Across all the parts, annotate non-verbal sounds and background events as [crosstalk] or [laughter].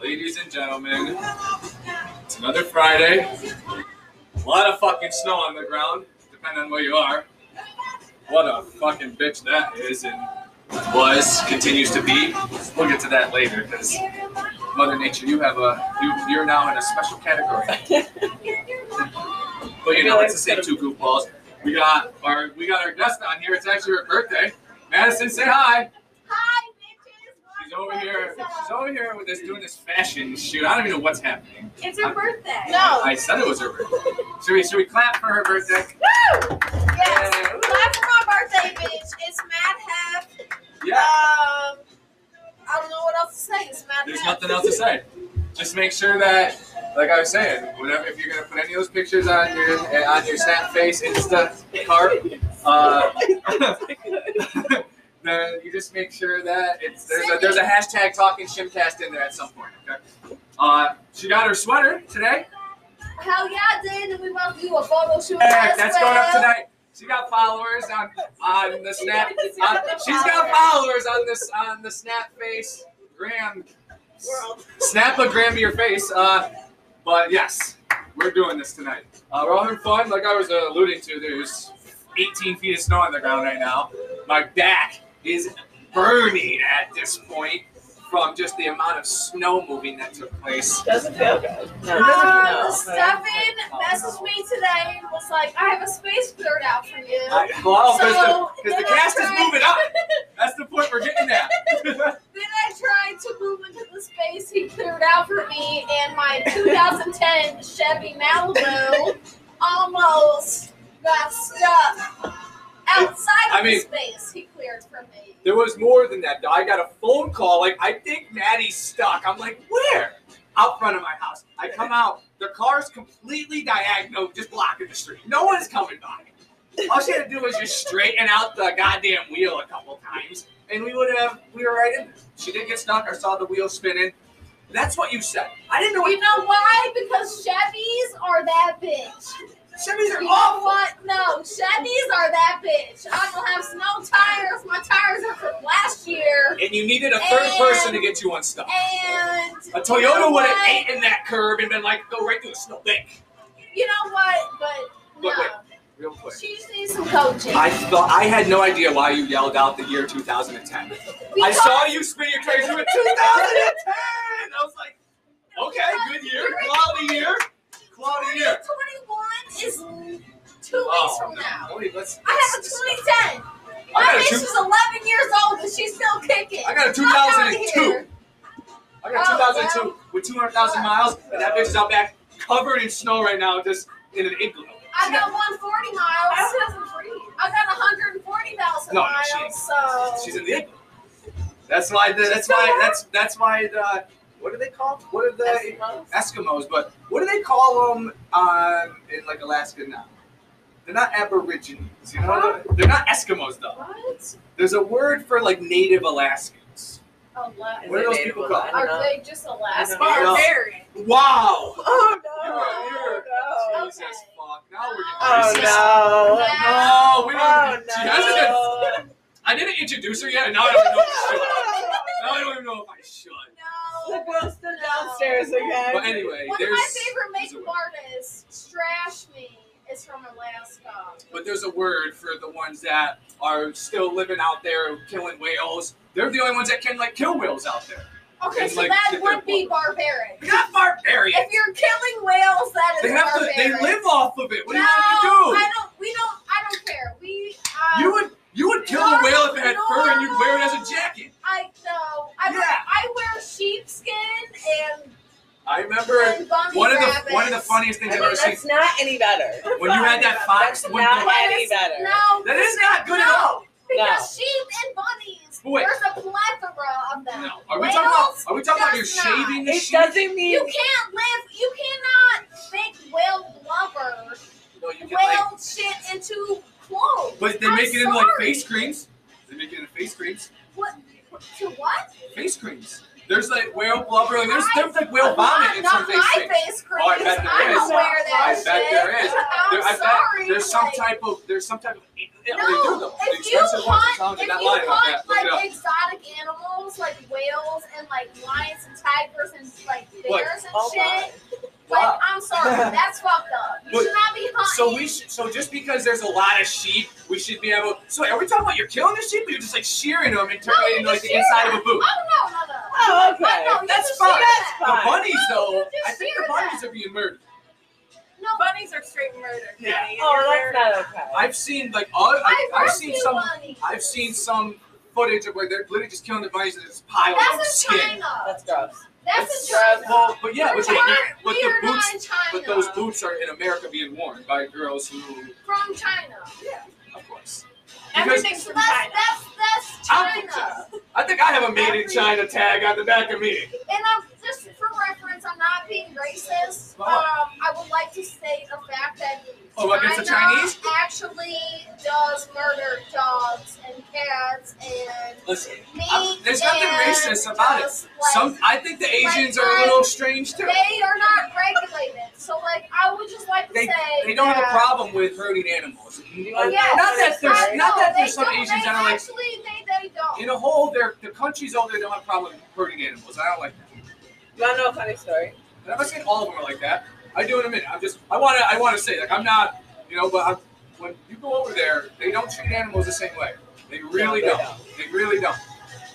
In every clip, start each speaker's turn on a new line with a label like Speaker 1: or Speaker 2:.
Speaker 1: Ladies and gentlemen, it's another Friday. A lot of fucking snow on the ground, depending on where you are. What a fucking bitch that is and was, continues to be. We'll get to that later because Mother Nature, you have a, you, you're now in a special category. But you know, it's the same two goofballs. We got our, we got our guest on here. It's actually her birthday. Madison, say hi.
Speaker 2: Hi, bitches.
Speaker 1: She's over here. She's over here with this doing this fashion shoot. I don't even know what's happening.
Speaker 2: It's her birthday.
Speaker 3: No.
Speaker 1: I said it was her birthday. Should we should we clap for her birthday?
Speaker 3: Woo! Yes.
Speaker 1: Yeah.
Speaker 3: Clap for my birthday, bitch. It's Mad Hef.
Speaker 1: Yeah.
Speaker 3: Um, I don't know what else to say. It's Mad
Speaker 1: There's
Speaker 3: Hef.
Speaker 1: nothing else to say. Just make sure that, like I was saying, whenever if you're gonna put any of those pictures on your eh, on your Snap Face Insta cart, uh, [laughs] then you just make sure that it's there's a, there's a hashtag talking shimcast in there at some point. Okay. Uh, she got her sweater today.
Speaker 3: Hell yeah, I did. And we about to do a photo shoot.
Speaker 1: Heck,
Speaker 3: as
Speaker 1: that's going up
Speaker 3: well.
Speaker 1: tonight. She got followers on on the snap.
Speaker 3: She's
Speaker 1: on-
Speaker 3: got the
Speaker 1: Uh, she's got followers on this on the snap face gram.
Speaker 3: World.
Speaker 1: Snap a gram to your face. Uh, but yes, we're doing this tonight. Uh, we're all having fun. Like I was uh, alluding to, there's 18 feet of snow on the ground right now. My back is burning at this point from just the amount of snow moving that took place.
Speaker 4: Doesn't feel good. No,
Speaker 3: Um, Stefan messaged me today and was like, I have a space cleared out for you.
Speaker 1: I, well, because
Speaker 3: So,
Speaker 1: the, 'cause the
Speaker 3: then I
Speaker 1: cast is
Speaker 3: tried-
Speaker 1: moving up.
Speaker 3: [laughs]
Speaker 1: That's the point we're getting at. [laughs]
Speaker 3: Then I tried to move into the space he cleared out for me, and my 2010 Chevy Malibu almost got stuck outside of
Speaker 1: I mean-
Speaker 3: the space he cleared for me.
Speaker 1: There was more than that, though. I got a phone call. Like, I think Maddie's stuck. I'm like, where? Out front of my house. I come out. The car's completely diagonal, just blocking the street. No one's coming by. All she had to do was just straighten out the goddamn wheel a couple times, and we would have. We were right in. there. She didn't get stuck. I saw the wheel spinning. That's what you said. I didn't know
Speaker 3: You
Speaker 1: what
Speaker 3: know why? Because Chevys are that bitch.
Speaker 1: Chevys are
Speaker 3: You know
Speaker 1: awful.
Speaker 3: what? No, Chevys are that bitch. I don't have snow tires. My tires are from last year.
Speaker 1: And you needed a third
Speaker 3: And-
Speaker 1: person to get you unstuck.
Speaker 3: And
Speaker 1: A
Speaker 3: you know
Speaker 1: Toyota would have
Speaker 3: what?
Speaker 1: ate in that curb and been like, go right through a snowbank.
Speaker 3: You know what? But no,
Speaker 1: But wait, real quick.
Speaker 3: she just needs some coaching.
Speaker 1: I thought I had no idea why you yelled out the year 2010. I
Speaker 3: Because-
Speaker 1: saw you spin your crazy with 2010. I was like, okay, good year, quality year, quality year.
Speaker 3: 2021 is two weeks
Speaker 1: Oh,
Speaker 3: from
Speaker 1: no,
Speaker 3: now.
Speaker 1: wait, let's.
Speaker 3: I have a
Speaker 1: let's-
Speaker 3: 2010.
Speaker 1: I
Speaker 3: My
Speaker 1: got a
Speaker 3: bitch
Speaker 1: two-
Speaker 3: is 11 years old and she's still kicking.
Speaker 1: I got a
Speaker 3: Fuck outta
Speaker 1: 2002.
Speaker 3: here.
Speaker 1: I got
Speaker 3: Oh,
Speaker 1: 2002 with 200,000 miles, and that bitch is out back covered in snow right now, just in an igloo.
Speaker 3: I got 140 miles.
Speaker 2: doesn't breathe.
Speaker 3: I got 140,000
Speaker 1: No,
Speaker 3: miles.
Speaker 1: she-
Speaker 3: so
Speaker 1: She's in the igloo. That's why. The, that's why. That's that's why the. What are they called? What are the Eskimos, but what do they call them um, in like Alaska now? They're not Aborigines, you know. They're not Eskimos though.
Speaker 3: what?
Speaker 1: There's a word for like Native Alaskans.
Speaker 3: Alaska.
Speaker 1: What are those people called?
Speaker 4: I don't
Speaker 3: Are
Speaker 4: know.
Speaker 3: they just Alaska?
Speaker 1: No.
Speaker 2: Barbarian.
Speaker 1: Wow.
Speaker 4: Oh
Speaker 1: You're-
Speaker 3: Oh,
Speaker 4: no!
Speaker 1: Jesus fuck. Now we're getting racist.
Speaker 4: Oh no!
Speaker 1: No, we don't.
Speaker 4: Oh
Speaker 1: She hasn't been-
Speaker 4: no!
Speaker 1: I didn't introduce her yet, and now I don't know. If I should. Now I don't even know if I should.
Speaker 3: No.
Speaker 4: The girl's still downstairs again.
Speaker 1: But anyway,
Speaker 3: One of
Speaker 1: there's.
Speaker 3: my favorite
Speaker 1: there's a
Speaker 3: makeup
Speaker 1: word.
Speaker 3: artists, Strash Me, is from Alaska.
Speaker 1: But there's a word for the ones that are still living out there killing whales. They're the only ones that can like kill whales out there.
Speaker 3: Okay,
Speaker 1: And,
Speaker 3: so
Speaker 1: like,
Speaker 3: that
Speaker 1: get their
Speaker 3: would be barbaric.
Speaker 1: They're not barbarians.
Speaker 3: If you're killing whales, that is
Speaker 1: They have to.
Speaker 3: barbaric.
Speaker 1: They live off of it. What
Speaker 3: no,
Speaker 1: do you want me to
Speaker 3: I don't. We don't. I don't care. We.
Speaker 1: do?
Speaker 3: Um,
Speaker 1: You would. You would kill a whale if it had fur and you'd wear it as a jacket.
Speaker 3: I know. I wear,
Speaker 1: Yeah.
Speaker 3: I wear sheepskin and,
Speaker 1: I remember
Speaker 3: and bunny
Speaker 1: one of the
Speaker 3: rabbits.
Speaker 1: one of the funniest things I've ever
Speaker 4: that's
Speaker 1: seen
Speaker 4: not any better.
Speaker 1: when you had that fox.
Speaker 4: That's
Speaker 1: When
Speaker 4: not
Speaker 1: you,
Speaker 4: any better.
Speaker 3: No.
Speaker 1: that is not good
Speaker 3: no,
Speaker 1: at all.
Speaker 3: Because sheep and bunnies.
Speaker 1: But wait.
Speaker 3: There's a plethora of them.
Speaker 1: No. Are we talking about?
Speaker 3: Whales?
Speaker 1: Are we talking about you're
Speaker 3: That's not.
Speaker 1: shaving the
Speaker 4: It
Speaker 1: sheep?
Speaker 4: doesn't mean
Speaker 3: You can't live. You cannot make whale blubber,
Speaker 1: No, you can like.
Speaker 3: whale shit into clothes.
Speaker 1: But they
Speaker 3: I'm
Speaker 1: make it into like
Speaker 3: sorry.
Speaker 1: face creams. They make it into face creams.
Speaker 3: What? To what?
Speaker 1: Face creams. There's like whale blubbering. There's there's like whale vomit in some
Speaker 3: Not
Speaker 1: things.
Speaker 3: my face, Chris.
Speaker 1: Oh, I bet there
Speaker 3: I'm
Speaker 1: is.
Speaker 3: aware of that
Speaker 1: I bet
Speaker 3: shit.
Speaker 1: there is.
Speaker 3: I'm
Speaker 1: There- I bet
Speaker 3: sorry.
Speaker 1: there's some
Speaker 3: like,
Speaker 1: type of there's some type of yeah, they do them.
Speaker 3: No,
Speaker 1: The
Speaker 3: if you
Speaker 1: expensive ones, I'm
Speaker 3: hunt,
Speaker 1: telling
Speaker 3: if you
Speaker 1: that line,
Speaker 3: hunt
Speaker 1: yeah, look it up.
Speaker 3: like exotic animals, like whales and like lions and tigers and like
Speaker 1: Look.
Speaker 3: bears and
Speaker 4: Oh my.
Speaker 3: shit, like I'm
Speaker 4: [laughs]
Speaker 3: sorry, that's fucked up. You
Speaker 1: Look,
Speaker 3: should not be hunting.
Speaker 1: So we should, so just because there's a lot of sheep, we should be able. So wait, are we talking about you're killing the sheep, or you're just like shearing them and
Speaker 3: No,
Speaker 1: turning
Speaker 3: you
Speaker 1: it into like
Speaker 3: just
Speaker 1: the
Speaker 3: shear
Speaker 1: inside of
Speaker 3: them.
Speaker 1: a boot?
Speaker 3: Oh no, no, no.
Speaker 4: Oh, okay.
Speaker 3: Oh, no, you
Speaker 4: That's
Speaker 3: just
Speaker 4: fine.
Speaker 3: said
Speaker 4: That's
Speaker 3: that.
Speaker 1: The
Speaker 4: fine.
Speaker 1: bunnies
Speaker 3: No, you
Speaker 1: though,
Speaker 3: just
Speaker 1: I think
Speaker 3: shear
Speaker 1: the bunnies
Speaker 3: them.
Speaker 1: are being murdered.
Speaker 3: No,
Speaker 5: Bunnies are straight murder.
Speaker 1: Yeah.
Speaker 5: Daddy.
Speaker 4: Oh,
Speaker 5: They're-
Speaker 4: that's not okay.
Speaker 1: I've seen like all, I,
Speaker 3: I've
Speaker 1: I've, seen
Speaker 3: rescued
Speaker 1: some,
Speaker 3: bunnies.
Speaker 1: I've seen some footage of where they're literally just killing the bunnies and it's piling up
Speaker 3: That's in
Speaker 1: skin.
Speaker 3: China.
Speaker 4: That's gross.
Speaker 3: That's
Speaker 1: It's-
Speaker 3: in China.
Speaker 1: Well, but yeah, but,
Speaker 3: we
Speaker 1: they-
Speaker 3: are,
Speaker 1: but
Speaker 3: we
Speaker 1: the
Speaker 3: are
Speaker 1: boots,
Speaker 3: not in China.
Speaker 1: but those boots are in America being worn by girls who,
Speaker 3: from China.
Speaker 1: of course. Because
Speaker 5: Everything's from
Speaker 3: That's
Speaker 5: China.
Speaker 3: that's that's
Speaker 1: I'm-
Speaker 3: China.
Speaker 1: I think I have a made in China tag on the back of me.
Speaker 3: And I'm just for reference, I'm not being racist. Um,
Speaker 1: Wow.
Speaker 3: I would like to state the fact that
Speaker 1: Oh, what, against the Chinese?
Speaker 3: actually does murder dogs and cats and
Speaker 1: Listen,
Speaker 3: me.
Speaker 1: I'm- there's nothing
Speaker 3: and
Speaker 1: racist about it.
Speaker 3: just, Like,
Speaker 1: Some, I think the Asians are a little strange too.
Speaker 3: they are not regulated, so like I would just like to
Speaker 1: They,
Speaker 3: say
Speaker 1: they don't have a
Speaker 3: that-
Speaker 1: problem with hurting animals.
Speaker 4: Well,
Speaker 3: Yes,
Speaker 1: Not that there's-
Speaker 3: I
Speaker 1: not
Speaker 3: know,
Speaker 1: that there's
Speaker 3: they
Speaker 1: some
Speaker 3: don't-
Speaker 1: Asians
Speaker 3: they
Speaker 1: that are like-
Speaker 3: actually they they don't.
Speaker 1: In a whole, they're, the countries over there don't have a problem with hurting animals. I don't like that.
Speaker 4: You wanna know a funny story?
Speaker 1: And I'm not saying all of them are like that. I do in a minute. I'm just, I want to, I want to say, like, I'm not, you know, but I'm, when you go over there, they don't treat animals the same way. They really
Speaker 4: they
Speaker 1: don't. They really don't.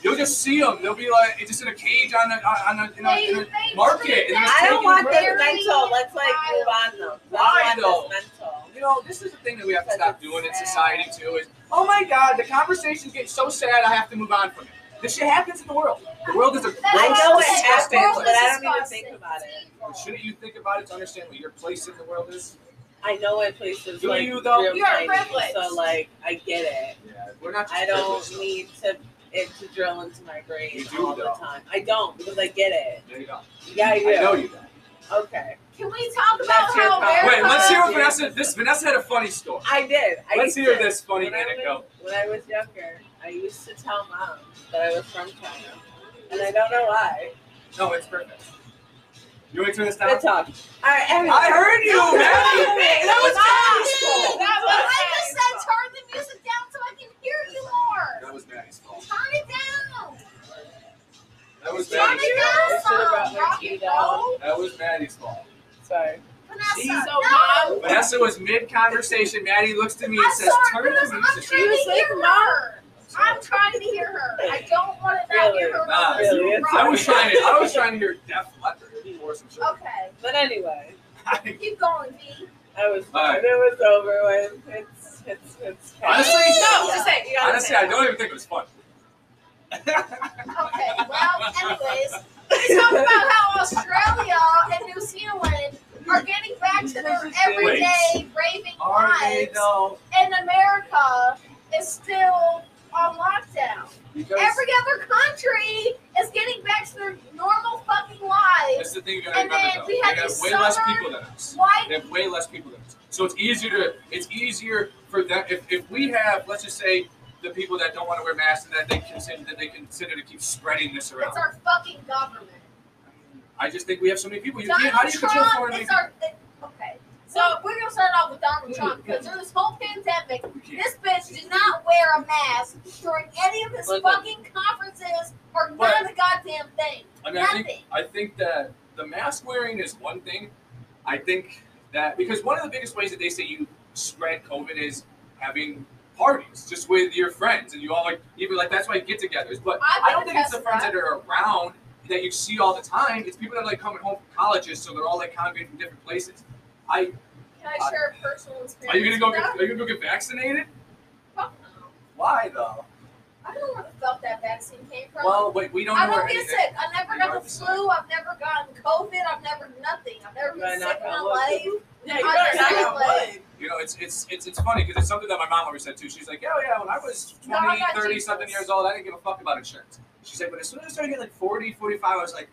Speaker 1: You'll just see them. They'll be like, it's just in a cage on a, on a, you know,
Speaker 3: They-
Speaker 1: in a
Speaker 3: they
Speaker 1: market.
Speaker 3: treat
Speaker 1: And
Speaker 3: them
Speaker 1: it's
Speaker 4: I don't
Speaker 1: taken
Speaker 4: want this
Speaker 1: forever.
Speaker 4: mental. Let's like move on though.
Speaker 1: Why,
Speaker 4: Let's
Speaker 1: though?
Speaker 4: want this mental.
Speaker 1: You know, this is the thing that we have to stop doing in society too. Is oh my God, the conversation's getting so sad. I have to move on from it. This shit happens in the world. The world is a.
Speaker 4: I
Speaker 3: That's
Speaker 4: know it
Speaker 3: disgusting.
Speaker 4: happens,
Speaker 3: World
Speaker 4: but
Speaker 3: is
Speaker 4: I don't even
Speaker 3: disgusting.
Speaker 4: think about it.
Speaker 3: It's evil.
Speaker 1: But Shouldn't you think about it to understand what your place in the world is?
Speaker 4: I know it places
Speaker 1: Do
Speaker 4: like
Speaker 1: you, though?
Speaker 4: real
Speaker 5: You are
Speaker 4: tiny,
Speaker 5: privileged.
Speaker 4: So like I get it.
Speaker 1: Yeah, we're not. Just
Speaker 4: I don't
Speaker 1: privileged.
Speaker 4: need to it to drill into my
Speaker 1: You
Speaker 4: brain
Speaker 1: do,
Speaker 4: all the
Speaker 1: though.
Speaker 4: time. I don't because I get it.
Speaker 1: There you go.
Speaker 4: Yeah, I do.
Speaker 1: I know you. don't.
Speaker 4: Okay.
Speaker 3: Can we talk about
Speaker 4: That's your
Speaker 3: how
Speaker 4: problem.
Speaker 3: America?
Speaker 1: Wait, let's hear what
Speaker 4: Yeah.
Speaker 1: Vanessa. This Vanessa had a funny story.
Speaker 4: I did. I
Speaker 1: Let's
Speaker 4: used
Speaker 1: hear
Speaker 4: to-
Speaker 1: this funny
Speaker 4: when I was-
Speaker 1: anecdote.
Speaker 4: When I was younger, I used to tell mom that I was from China, and I don't know why.
Speaker 1: No, it's perfect. You want to turn this down?
Speaker 4: Good talk. All right, everyone.
Speaker 1: I heard
Speaker 4: [laughs]
Speaker 1: you,
Speaker 4: No,
Speaker 1: man.
Speaker 4: no, no,
Speaker 1: That was
Speaker 4: no.
Speaker 1: Maddie's fault.
Speaker 4: That
Speaker 3: Well,
Speaker 4: was-
Speaker 3: I just said turn the music down so I can hear you more.
Speaker 1: That was Maddie's fault.
Speaker 3: Turn it down.
Speaker 1: That was
Speaker 3: Turn
Speaker 1: Maddie's
Speaker 3: it
Speaker 1: fault.
Speaker 3: down
Speaker 4: I should've brought
Speaker 3: some.
Speaker 4: my
Speaker 3: Rock
Speaker 4: tea
Speaker 3: and
Speaker 4: down.
Speaker 3: roll.
Speaker 1: That was Maddie's fault.
Speaker 4: Sorry.
Speaker 3: Vanessa,
Speaker 1: Jeez,
Speaker 3: no.
Speaker 5: oh, Mom.
Speaker 1: Vanessa was mid conversation. Maddie looks to me and
Speaker 3: I'm
Speaker 1: says,
Speaker 3: sorry,
Speaker 1: "Turn
Speaker 3: Chris.
Speaker 1: the
Speaker 3: I'm
Speaker 1: music."
Speaker 3: trying to
Speaker 4: She was like,
Speaker 3: hear her. I'm trying to hear her. I don't want to not hear her.
Speaker 1: Nah,
Speaker 3: when
Speaker 4: really,
Speaker 3: you're
Speaker 4: it's-
Speaker 1: I was
Speaker 3: wrong.
Speaker 1: trying to. I was trying to hear Def Leppard or some shit.
Speaker 3: Okay,
Speaker 4: But anyway,
Speaker 1: [laughs]
Speaker 3: keep going, V.
Speaker 4: I was.
Speaker 1: All right.
Speaker 4: It was over with. It's it's it's.
Speaker 1: Honestly,
Speaker 5: no, just say it. You gotta
Speaker 1: Honestly,
Speaker 5: say
Speaker 1: I
Speaker 5: it.
Speaker 1: don't even think it was fun.
Speaker 3: Okay, well, anyways, we
Speaker 1: [laughs]
Speaker 3: talk about how Australia and New Zealand are getting back to their everyday raving
Speaker 1: [laughs] Are they
Speaker 3: lives.
Speaker 1: though?
Speaker 3: and America is still on lockdown.
Speaker 1: Because
Speaker 3: Every other country is getting back to their normal fucking
Speaker 1: that's
Speaker 3: lives.
Speaker 1: the thing you gotta
Speaker 3: And then
Speaker 1: remember. Though.
Speaker 3: we
Speaker 1: They
Speaker 3: had
Speaker 1: have
Speaker 3: these
Speaker 1: way less
Speaker 3: summer-
Speaker 1: people than us.
Speaker 3: Why?
Speaker 1: They have way less people than us. So it's easier to it's easier for them if, if we have let's just say the people that don't want to wear masks and that they consider that they consider to keep spreading this around.
Speaker 3: It's our fucking government.
Speaker 1: I just think we have so many people. You
Speaker 3: Donald
Speaker 1: can't how do you control
Speaker 3: Trump
Speaker 1: foreign
Speaker 3: is
Speaker 1: people?
Speaker 3: our. it- okay. So we're gonna start off with Donald Trump because during this whole pandemic,
Speaker 1: We can't.
Speaker 3: this bitch did not wear a mask during any of his
Speaker 4: Listen.
Speaker 3: fucking conferences or
Speaker 1: But-
Speaker 3: none of the goddamn thing.
Speaker 1: I mean I think
Speaker 3: Nothing.
Speaker 1: I think that the mask wearing is one thing. I think that because one of the biggest ways that they say you spread COVID is having parties just with your friends and you all like even like that's why get-togethers. But
Speaker 3: I've
Speaker 1: I don't
Speaker 3: been
Speaker 1: think it's the
Speaker 3: tested
Speaker 1: friends that are around that you see all the time. It's people that are like coming home from colleges, so they're all like congregating from different places. I
Speaker 3: Can I share a personal experience?
Speaker 1: are you gonna go
Speaker 3: with
Speaker 1: get
Speaker 3: that?
Speaker 1: are you gonna go get vaccinated?
Speaker 3: Fuck no.
Speaker 1: Why though?
Speaker 3: I don't know where the fuck that vaccine came from.
Speaker 1: Well, wait, we don't
Speaker 3: I
Speaker 1: know where
Speaker 3: don't get
Speaker 1: anything-
Speaker 3: sick. I've never
Speaker 1: You
Speaker 3: got
Speaker 1: don't
Speaker 3: the
Speaker 1: get
Speaker 3: flu. I've never gotten COVID. I've never nothing. I've never
Speaker 4: Right,
Speaker 3: been
Speaker 4: knock
Speaker 3: sick in my
Speaker 4: on wood.
Speaker 3: life.
Speaker 5: Yeah, you
Speaker 3: I
Speaker 5: better
Speaker 3: just
Speaker 5: not
Speaker 3: feel
Speaker 5: have
Speaker 3: like-
Speaker 5: wood.
Speaker 1: You know, it's it's it's it's funny because it's something that my mom always said too. She's like, "Oh yeah, when I was
Speaker 3: No, I
Speaker 1: 20,
Speaker 3: got
Speaker 1: 30 something
Speaker 3: Jesus.
Speaker 1: years old, I didn't give a fuck about insurance." She said, "But as soon as I started getting like 40, 45, I was like,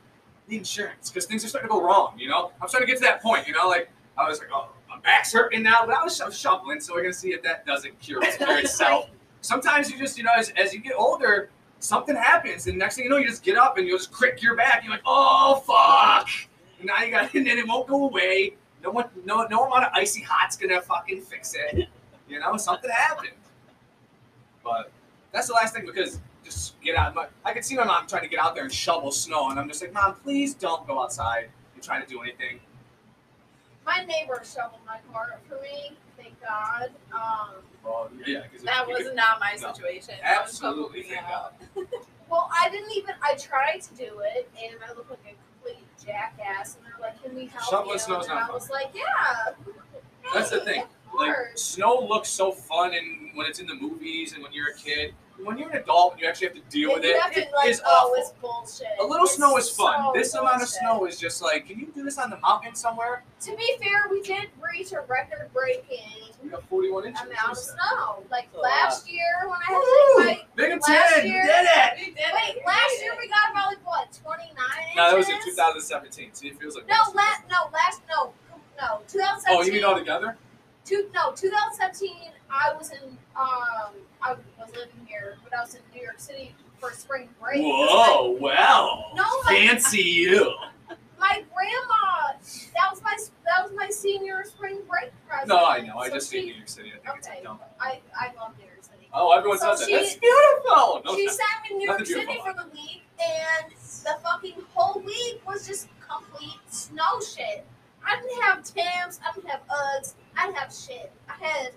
Speaker 1: the insurance because things are starting to go wrong. You know, I'm starting to get to that point. You know, like I was like, oh, my back's hurting now, but I was I'm shoveling, so we're gonna see if that doesn't cure, it, cure itself. Sometimes you just, you know, as, as you get older, something happens, and next thing you know, you just get up and you'll just crick your back. You're like, oh fuck! And now you got, [laughs] and then it won't go away. No one, no, no amount of icy hot's gonna fucking fix it. You know, something happened. But that's the last thing because just get out. My, I could see my mom trying to get out there and shovel snow, and I'm just like, mom, please don't go outside and try to do anything.
Speaker 3: My neighbor shoveled my car up for me. Thank God. Um,
Speaker 1: Well, yeah, because
Speaker 5: That was not my
Speaker 1: No.
Speaker 5: situation.
Speaker 1: absolutely
Speaker 5: That
Speaker 1: thank
Speaker 5: was
Speaker 1: God.
Speaker 5: [laughs]
Speaker 3: well, I didn't even. I tried to do it, and I looked like a complete jackass. And they're like, "Can we help
Speaker 1: Shoveling
Speaker 3: you?"
Speaker 1: snow's
Speaker 3: and
Speaker 1: not
Speaker 3: I was like, "Yeah."
Speaker 1: That's the
Speaker 3: hey,
Speaker 1: thing,
Speaker 3: Of
Speaker 1: Like
Speaker 3: course.
Speaker 1: snow looks so fun, and when it's in the movies, and when you're a kid, when you're an adult and you actually have to deal with
Speaker 3: you
Speaker 1: it,
Speaker 3: have to,
Speaker 1: it
Speaker 3: like,
Speaker 1: is
Speaker 3: oh,
Speaker 1: awful.
Speaker 3: it's bullshit.
Speaker 1: A little
Speaker 3: It's
Speaker 1: snow is fun.
Speaker 3: so
Speaker 1: this amount of
Speaker 3: bullshit.
Speaker 1: snow is just like, can you do this on the mountain somewhere?
Speaker 3: To be fair, we did reach a record-breaking
Speaker 1: We got 41 inches.
Speaker 3: amount of snow. Like
Speaker 4: That's a
Speaker 3: last year when I had
Speaker 1: Woo!
Speaker 3: to fight.
Speaker 1: Big and
Speaker 3: Last
Speaker 1: 10
Speaker 3: year-
Speaker 1: did it.
Speaker 5: We did
Speaker 3: Wait,
Speaker 5: it.
Speaker 3: last year we got about like what, 29 inches?
Speaker 1: No, that was in 2017. See, it feels like
Speaker 3: No, last, no, last, no, no, 2017.
Speaker 1: Oh, you mean all together?
Speaker 3: two, no, 2017, I was in, um, I was living here, but I was in New York City for spring break. 'cause
Speaker 1: Whoa! Wow!
Speaker 3: No, like-
Speaker 1: Fancy
Speaker 3: [laughs]
Speaker 1: you.
Speaker 3: My, my grandma, that was my, that was my senior spring break present.
Speaker 1: No, I know. I
Speaker 3: So
Speaker 1: just
Speaker 3: she-
Speaker 1: hate New York City. I think it's
Speaker 3: Okay.
Speaker 1: a dumb.
Speaker 3: I, I love New York City.
Speaker 1: Oh, everyone
Speaker 3: So
Speaker 1: says that.
Speaker 3: she-
Speaker 1: That's beautiful. No,
Speaker 3: she
Speaker 1: it's
Speaker 3: sent me New York
Speaker 1: Nothing
Speaker 3: City
Speaker 1: beautiful.
Speaker 3: for the week, and the fucking whole week was just complete snow shit. I didn't have Tim's, I didn't have Uggs, I didn't have shit. I had,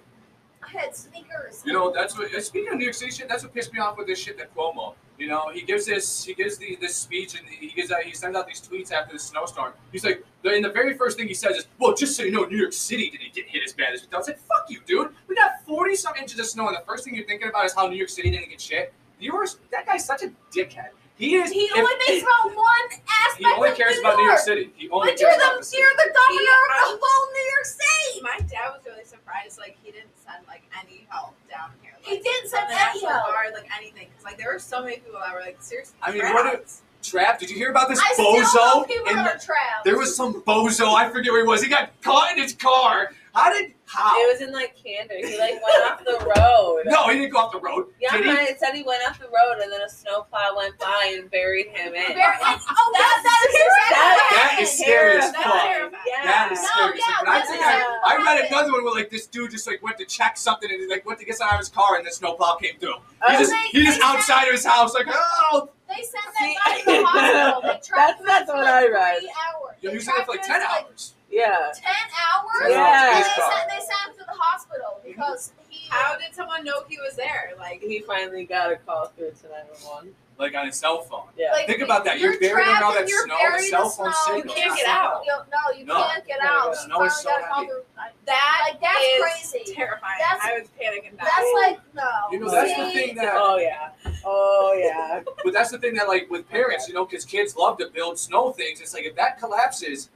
Speaker 3: I had sneakers.
Speaker 1: You know, that's what. Speaking of New York City shit, that's what pissed me off with this shit that Cuomo. You know, he gives this, he gives the, this speech, and he gives out, he sends out these tweets after the snowstorm. He's like, the- and the very first thing he says is, "Well, just so you know, New York City didn't get hit as bad as we thought." It's like, fuck you, dude. We got forty some inches of snow, and the first thing you're thinking about is how New York City didn't get shit. You were that guy's such a dickhead. He is.
Speaker 3: He
Speaker 1: if-
Speaker 3: only thinks about one aspect
Speaker 1: he only
Speaker 3: of
Speaker 1: cares
Speaker 3: New
Speaker 1: about New York
Speaker 3: York.
Speaker 1: City. He only
Speaker 3: But you're
Speaker 1: cares about
Speaker 3: the,
Speaker 1: the city.
Speaker 3: you're the governor
Speaker 5: Yeah.
Speaker 3: of all New York City.
Speaker 5: My dad was really surprised. Like he didn't send like any help down here. Like,
Speaker 3: He didn't
Speaker 5: from
Speaker 3: send
Speaker 5: the
Speaker 3: any
Speaker 5: National
Speaker 3: help.
Speaker 5: Guard, like anything, because like there were so many people that were like seriously.
Speaker 1: I mean,
Speaker 5: trapped.
Speaker 1: what Trap. Did you hear about this
Speaker 3: I still know
Speaker 1: bozo
Speaker 3: people
Speaker 1: in
Speaker 3: that are trapped.
Speaker 1: There was some bozo. I forget where he was. He got caught in his car. How did? How?
Speaker 4: It was in like Candor. He like went off the road.
Speaker 1: No, he didn't go off the road.
Speaker 4: Yeah,
Speaker 1: did he?
Speaker 4: it said he went off the road and then a snowplow went by and buried him
Speaker 3: Very-
Speaker 4: in.
Speaker 3: and- oh, that, that is
Speaker 4: That-
Speaker 3: exactly what
Speaker 1: that
Speaker 3: happened.
Speaker 1: is scary as
Speaker 5: That's
Speaker 1: fuck.
Speaker 5: terrifying.
Speaker 4: Yeah.
Speaker 1: That is
Speaker 3: No,
Speaker 1: scary. as fuck. But
Speaker 3: yeah,
Speaker 1: I
Speaker 3: that's
Speaker 1: think I,
Speaker 3: exactly
Speaker 1: I
Speaker 3: what
Speaker 1: read
Speaker 3: happened.
Speaker 1: another one where like this dude just like went to check something and he like went to get out of his car and the snowplow came through.
Speaker 4: Oh,
Speaker 1: He just
Speaker 3: they-
Speaker 1: he just
Speaker 3: they said-
Speaker 1: outside of his house like oh.
Speaker 3: They sent
Speaker 4: See?
Speaker 3: that guy to
Speaker 4: [laughs]
Speaker 3: the hospital. They tracked
Speaker 4: That's-
Speaker 3: him
Speaker 4: that's
Speaker 3: for
Speaker 4: what
Speaker 3: like
Speaker 4: I read.
Speaker 3: Three hours.
Speaker 1: Yeah,
Speaker 3: They
Speaker 1: he was in there
Speaker 3: tracked
Speaker 1: for like
Speaker 3: him
Speaker 1: ten
Speaker 3: for, like,
Speaker 1: hours.
Speaker 4: yeah.
Speaker 3: Ten hours.
Speaker 4: Yeah.
Speaker 3: And they sent they sent him to the hospital because he.
Speaker 5: How did someone know he was there? Like
Speaker 4: He finally got a call through to 911
Speaker 1: Like on his cell phone.
Speaker 4: Yeah.
Speaker 3: Like,
Speaker 1: Think about that. You're
Speaker 3: you're
Speaker 1: buried in all
Speaker 3: trapped
Speaker 1: that
Speaker 3: and you're
Speaker 1: snow.
Speaker 3: buried
Speaker 1: The
Speaker 3: in
Speaker 1: cell
Speaker 3: the
Speaker 1: phone
Speaker 3: snow.
Speaker 5: You
Speaker 1: signal.
Speaker 5: can't
Speaker 1: is
Speaker 5: get
Speaker 1: not
Speaker 5: out.
Speaker 1: up.
Speaker 3: You know, no, you
Speaker 1: No.
Speaker 3: can't get
Speaker 4: No,
Speaker 3: out.
Speaker 4: the
Speaker 1: snow is
Speaker 3: You finally
Speaker 1: so
Speaker 3: got called the-
Speaker 5: that
Speaker 3: Like, that's
Speaker 5: is
Speaker 3: crazy.
Speaker 5: terrifying.
Speaker 3: That's-
Speaker 5: I would panic and die.
Speaker 3: That's like no.
Speaker 1: You know that's the
Speaker 3: See?
Speaker 1: thing that
Speaker 4: Oh yeah. Oh [laughs] yeah.
Speaker 1: But that's the thing that, like, with parents, you know, because kids love to build snow things. It's like if that collapses,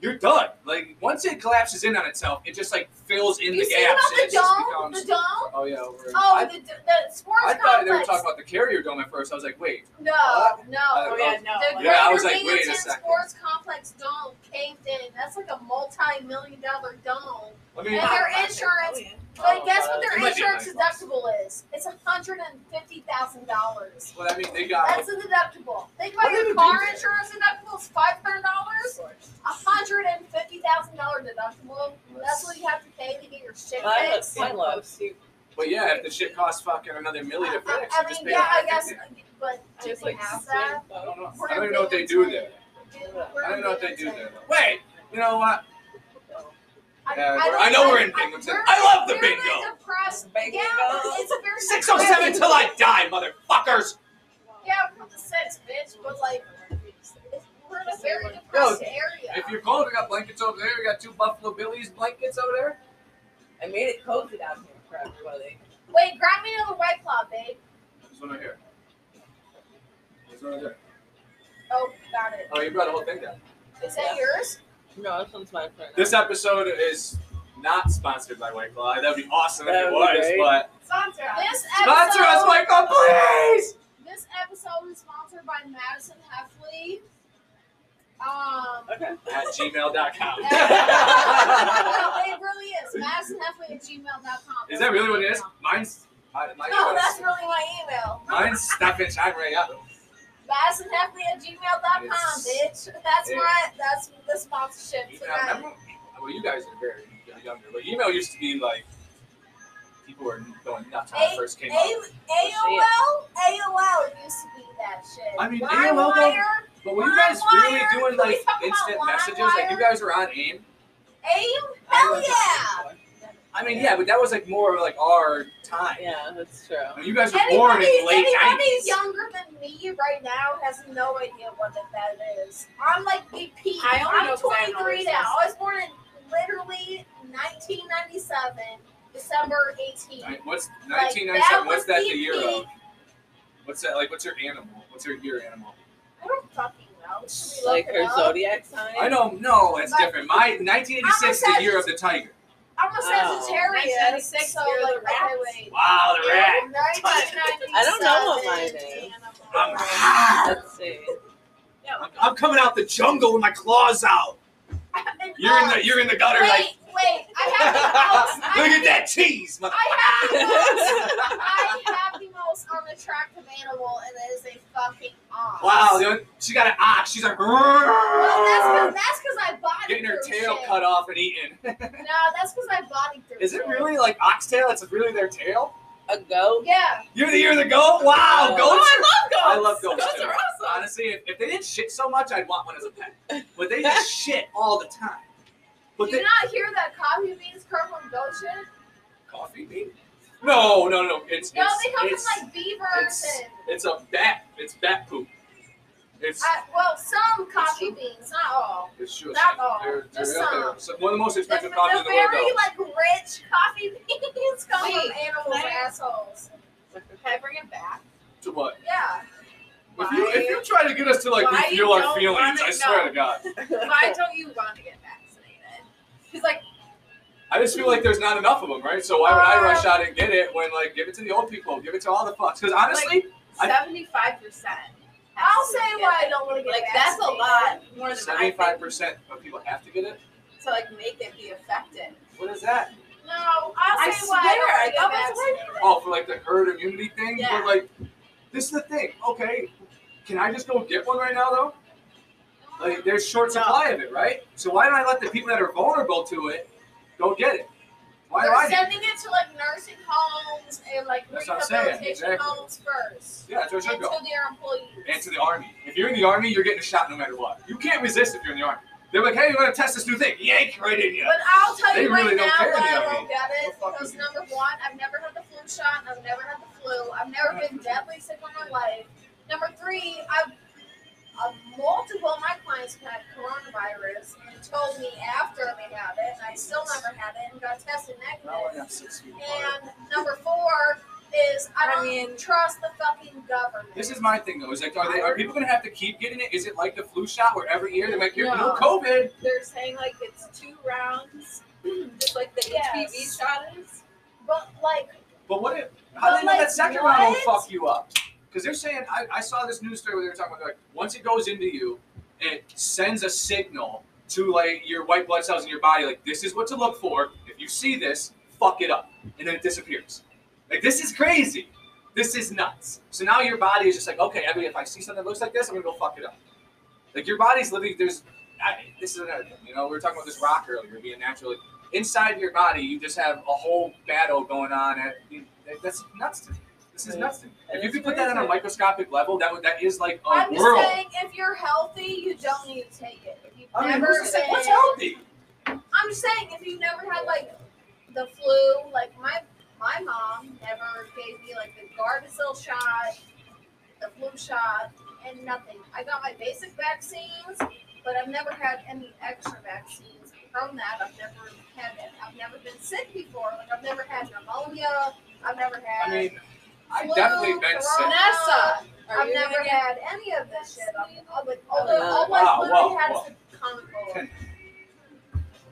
Speaker 1: you're done. Like once it collapses in on itself, it just like fills in
Speaker 3: You
Speaker 1: the
Speaker 3: see
Speaker 1: gaps. and
Speaker 3: about
Speaker 1: it
Speaker 3: the
Speaker 1: just
Speaker 3: dome?
Speaker 1: becomes.
Speaker 3: The dome?
Speaker 1: Oh yeah. Over.
Speaker 3: Oh,
Speaker 1: I,
Speaker 3: the the sports
Speaker 1: I thought
Speaker 3: complex.
Speaker 1: they were talking about the carrier dome at first. I was like, wait.
Speaker 3: No,
Speaker 1: Uh,
Speaker 3: no.
Speaker 5: oh yeah, no.
Speaker 3: The
Speaker 5: like,
Speaker 1: Yeah, I was
Speaker 3: Greater
Speaker 1: like, wait a
Speaker 3: Binghamton
Speaker 1: second.
Speaker 3: Sports complex dome caved in. That's like a multi-million dollar dome.
Speaker 1: I mean, [laughs]
Speaker 3: And their insurance,
Speaker 5: Oh, yeah.
Speaker 3: but
Speaker 4: Oh,
Speaker 3: guess
Speaker 1: God.
Speaker 3: what their
Speaker 1: It might be
Speaker 3: insurance
Speaker 1: a nice
Speaker 3: deductible is? It's hundred and fifty thousand dollars.
Speaker 1: well, I mean, they got.
Speaker 3: That's the deductible. Think
Speaker 1: What
Speaker 3: about
Speaker 1: do they
Speaker 3: your
Speaker 1: do
Speaker 3: car
Speaker 1: there?
Speaker 3: insurance deductible is five hundred dollars. A hundred and fifty thousand dollar deductible. That's what you have to pay to get your shit
Speaker 4: Mine
Speaker 3: fixed.
Speaker 4: looks- mine looks-
Speaker 1: But yeah, if the shit costs fucking another million to fix,
Speaker 3: I,
Speaker 1: you
Speaker 3: I
Speaker 1: just
Speaker 3: mean,
Speaker 1: pay
Speaker 3: yeah, I
Speaker 1: $150.
Speaker 3: guess, but do
Speaker 4: Just
Speaker 3: they
Speaker 4: like
Speaker 3: have
Speaker 4: swing
Speaker 3: that?
Speaker 1: I don't know.
Speaker 4: boats.
Speaker 1: I don't even know what they do there. I don't even know what they do there. though. Wait, you know what? Yeah, we're- I know we're in Binghamton. I love the bingo.
Speaker 3: Very depressed.
Speaker 4: Bingo.
Speaker 3: Yeah, it's a very
Speaker 1: Six oh seven till I die, motherfuckers.
Speaker 3: Yeah, we're the sex, bitch, but like, we're in a very
Speaker 1: Yo,
Speaker 3: depressed area.
Speaker 1: If you're cold, we got blankets over there. We got two Buffalo Billies blankets over there.
Speaker 4: I made it cozy down here for everybody.
Speaker 3: Wait, grab me another white claw, babe.
Speaker 1: There's one right here. There's one right there.
Speaker 3: Oh, got it.
Speaker 1: Oh, you brought the whole thing down.
Speaker 3: Is that yours?
Speaker 4: No, this one's mine for now.
Speaker 1: This episode is not sponsored by White Claw. That'd be awesome if
Speaker 4: That'd
Speaker 1: it
Speaker 4: be
Speaker 1: was,
Speaker 4: great.
Speaker 1: but
Speaker 5: Sponsor us.
Speaker 3: This episode,
Speaker 1: sponsor us, White Claw, please.
Speaker 3: This episode is sponsored by Madison Heffley.
Speaker 1: [laughs]
Speaker 3: Um. [laughs]
Speaker 4: Okay.
Speaker 1: At gmail.com.
Speaker 3: no, it really is. Madison Heffley at gmail.com.
Speaker 1: is that really what it is? Mine's My, my,
Speaker 3: No, that's really my email.
Speaker 1: mine's Stefan Chagreyato.
Speaker 3: Madison Heffley at gmail.com, bitch.
Speaker 1: Yes.
Speaker 3: That's
Speaker 1: Yeah.
Speaker 3: my that's the sponsorship
Speaker 1: Email, remember,
Speaker 3: tonight.
Speaker 1: well, you guys are very younger, but email used to be like people were going nuts when
Speaker 3: A-
Speaker 1: it first came out.
Speaker 3: A- AOL? AOL used to be that shit.
Speaker 1: I mean,
Speaker 3: LimeWire,
Speaker 1: AOL But were you guys really
Speaker 3: LimeWire?
Speaker 1: doing
Speaker 3: Can we
Speaker 1: like
Speaker 3: talk about
Speaker 1: instant messages? Like you
Speaker 3: LimeWire?
Speaker 1: guys were on AIM?
Speaker 3: AOL?
Speaker 1: I
Speaker 3: Hell
Speaker 1: was
Speaker 3: yeah!
Speaker 1: on- I mean, yeah, but that was like more like our time.
Speaker 4: Yeah, that's true.
Speaker 1: I mean, you guys were born
Speaker 3: Anybody,
Speaker 1: in the late
Speaker 3: anybody
Speaker 1: 90s.
Speaker 3: younger than me right now has no idea what the Fed is. I'm like the peak.
Speaker 5: I only know
Speaker 3: I'm
Speaker 5: 'cause I have
Speaker 3: 23
Speaker 5: no
Speaker 3: now. I was born in literally 1997, December 18th.
Speaker 1: Like, what's
Speaker 3: Like,
Speaker 1: 1997?
Speaker 3: was
Speaker 1: what's that the
Speaker 3: the
Speaker 1: year
Speaker 3: peak.
Speaker 1: of? What's that like? What's your animal? What's your year animal?
Speaker 3: I don't fucking know. Should we
Speaker 4: Like
Speaker 3: look
Speaker 4: her
Speaker 3: it up?
Speaker 4: zodiac sign.
Speaker 1: I don't know. That's
Speaker 3: Like-
Speaker 1: different. My 1986, the year of the tiger.
Speaker 3: I'm a
Speaker 4: Oh.
Speaker 3: Sagittarius.
Speaker 5: 1996,
Speaker 3: so
Speaker 5: you're the
Speaker 3: like,
Speaker 5: rat.
Speaker 3: okay, wait.
Speaker 1: Wow, the rat.
Speaker 4: I don't know what mine is.
Speaker 1: I'm high.
Speaker 4: Let's see.
Speaker 1: I'm, I'm coming out the jungle with my claws out. You're in the you're in the gutter
Speaker 3: Oh. Wait,
Speaker 1: like.
Speaker 3: wait. I
Speaker 1: [laughs]
Speaker 3: have the most. I
Speaker 1: Look at
Speaker 3: have-
Speaker 1: that cheese, mother.
Speaker 3: I have the most. I have the most unattractive animal, and it is a fucking
Speaker 1: [laughs]
Speaker 3: ox.
Speaker 1: Wow, the only- she got an ox. She's like.
Speaker 3: Well, that's because that's 'cause I body
Speaker 1: [laughs] Getting her
Speaker 3: threw
Speaker 1: tail
Speaker 3: shit.
Speaker 1: cut off and
Speaker 3: [laughs]
Speaker 1: eaten.
Speaker 3: No, that's because I body threw
Speaker 1: Is it
Speaker 3: shit.
Speaker 1: really like oxtail? It's really their tail?
Speaker 4: A goat.
Speaker 3: Yeah.
Speaker 1: You're the year of the goat? Wow,
Speaker 4: Oh.
Speaker 1: goats
Speaker 4: Oh,
Speaker 1: are- I love goats. too. Honestly, if, if they didn't shit so much, I'd want one as a pet. But they just
Speaker 3: [laughs]
Speaker 1: shit all the time. But
Speaker 3: Do you
Speaker 1: they
Speaker 3: not hear that coffee beans come from goat shit?
Speaker 1: coffee bean? No, no, no. It's
Speaker 3: No,
Speaker 1: it's
Speaker 3: they come
Speaker 1: it's,
Speaker 3: from like beavers
Speaker 1: it's-
Speaker 3: and.
Speaker 1: it's a bat. It's bat poop. It's
Speaker 3: I, uh, well, some coffee beans, not all.
Speaker 1: it's sure.
Speaker 3: not all,
Speaker 1: They're, they're
Speaker 3: oh, just um,
Speaker 1: out there. So
Speaker 3: some.
Speaker 1: one of the most
Speaker 3: The,
Speaker 1: expensive
Speaker 3: the
Speaker 1: coffee in the world.
Speaker 3: very
Speaker 1: Though.
Speaker 3: like rich coffee [laughs] beans come from
Speaker 5: Wait,
Speaker 3: animals,
Speaker 5: Claire.
Speaker 3: assholes.
Speaker 5: Can I bring it back?
Speaker 1: To what?
Speaker 3: Yeah.
Speaker 1: If you, if you try to get us to like
Speaker 5: Why
Speaker 1: reveal our
Speaker 5: don't
Speaker 1: feelings,
Speaker 5: wanna
Speaker 1: I swear
Speaker 5: know?
Speaker 1: to God,
Speaker 5: Why don't you want to get vaccinated? He's like,
Speaker 1: I just feel like there's not enough of them, right? So why would I rush
Speaker 5: Uh,
Speaker 1: out and get it when like give it to the old people, give it to all the fucks? Because honestly, I-
Speaker 5: seventy-five percent.
Speaker 3: I'll say why I don't want to get
Speaker 5: Like that's a lot more than
Speaker 1: seventy-five
Speaker 5: I
Speaker 1: percent of people have to get it.
Speaker 5: think, to like make it be effective.
Speaker 1: What is that?
Speaker 3: No, I'll
Speaker 5: I
Speaker 3: say why I
Speaker 5: swear,
Speaker 3: don't
Speaker 5: that was
Speaker 3: want to
Speaker 5: right.
Speaker 3: get
Speaker 1: Oh, for like the herd immunity thing?
Speaker 5: Yeah.
Speaker 1: But like, this is the thing. Okay, can I just go get one right now though? Like, there's short
Speaker 5: No.
Speaker 1: supply of it, right? So why don't I let the people that are vulnerable to it go get it? Why do I?
Speaker 3: They're
Speaker 1: Need it?
Speaker 3: sending it to like nursing homes and like
Speaker 1: That's what I'm saying,
Speaker 3: rehabilitation
Speaker 1: exactly.
Speaker 3: homes first,
Speaker 1: Yeah, that's where it
Speaker 3: and
Speaker 1: should
Speaker 3: to
Speaker 1: go.
Speaker 3: their employees.
Speaker 1: And to the army. If you're in the army, you're getting a shot no matter what. You can't resist if you're in the army. They're like, hey, you want to test this new thing? Yank right in you.
Speaker 3: But I'll tell
Speaker 1: They
Speaker 3: you right
Speaker 1: really
Speaker 3: now
Speaker 1: don't care
Speaker 3: why
Speaker 1: about
Speaker 3: I won't
Speaker 1: me.
Speaker 3: get it.
Speaker 1: What the fuck
Speaker 3: Because
Speaker 1: is it?
Speaker 3: number one, I've never had the flu shot. I've never had the flu. I've never been deadly sick in my life. Number three, I've, uh multiple of my clients have had coronavirus and told me after they had it, and I still never had it and got tested
Speaker 1: Now I
Speaker 3: negative.
Speaker 1: got six feet apart.
Speaker 3: And number four is I
Speaker 5: I
Speaker 3: don't
Speaker 5: mean-
Speaker 3: trust the fucking government.
Speaker 1: This is my thing though. Is like, are they are people gonna have to keep getting it? Is it like the flu shot where every year they're like, here's
Speaker 5: No.
Speaker 1: no COVID?
Speaker 5: They're saying like it's two rounds, [clears throat] just like the
Speaker 3: Yes.
Speaker 5: HPV shot is.
Speaker 3: but like
Speaker 1: But what if? How do they
Speaker 3: But,
Speaker 1: know
Speaker 3: like,
Speaker 1: that second round won't
Speaker 3: what?
Speaker 1: fuck you up? Because they're saying I, I saw this news story where they were talking about like once it goes into you, it sends a signal to like your white blood cells in your body like this is what to look for. If you see this, fuck it up, and then it disappears. Like this is crazy. This is nuts. So now your body is just like okay, I mean if I see something that looks like this, I'm gonna go fuck it up. Like your body's living. There's I, this is another thing. You know we were talking about this rock earlier being natural. Like, inside your body, you just have a whole battle going on. At, you- that's nuts to me. This is nuts to me. If you could put that on a microscopic level, that would that is like a
Speaker 3: I'm just
Speaker 1: world.
Speaker 3: saying, if you're healthy, you don't need to take it. If you've
Speaker 1: I mean,
Speaker 3: never
Speaker 1: who's to say-
Speaker 3: been-
Speaker 1: what's healthy?
Speaker 3: I'm just saying, if you never had like the flu, like my my mom never gave me like the Gardasil shot, the flu shot, and nothing. I got my basic vaccines, but I've never had any extra vaccines from that. I've never had it. I've never been sick before. Like I've never had pneumonia. I've never had.
Speaker 1: I mean, I've
Speaker 3: flu,
Speaker 1: definitely been sick.
Speaker 3: corona.
Speaker 5: Nessa, are
Speaker 3: I've
Speaker 5: you
Speaker 3: never
Speaker 5: gonna get-
Speaker 3: had any of this shit. I'm, I'm like, all, the, all
Speaker 1: Wow,
Speaker 3: I've literally
Speaker 1: wow,
Speaker 3: had
Speaker 1: wow.
Speaker 3: is the common cold.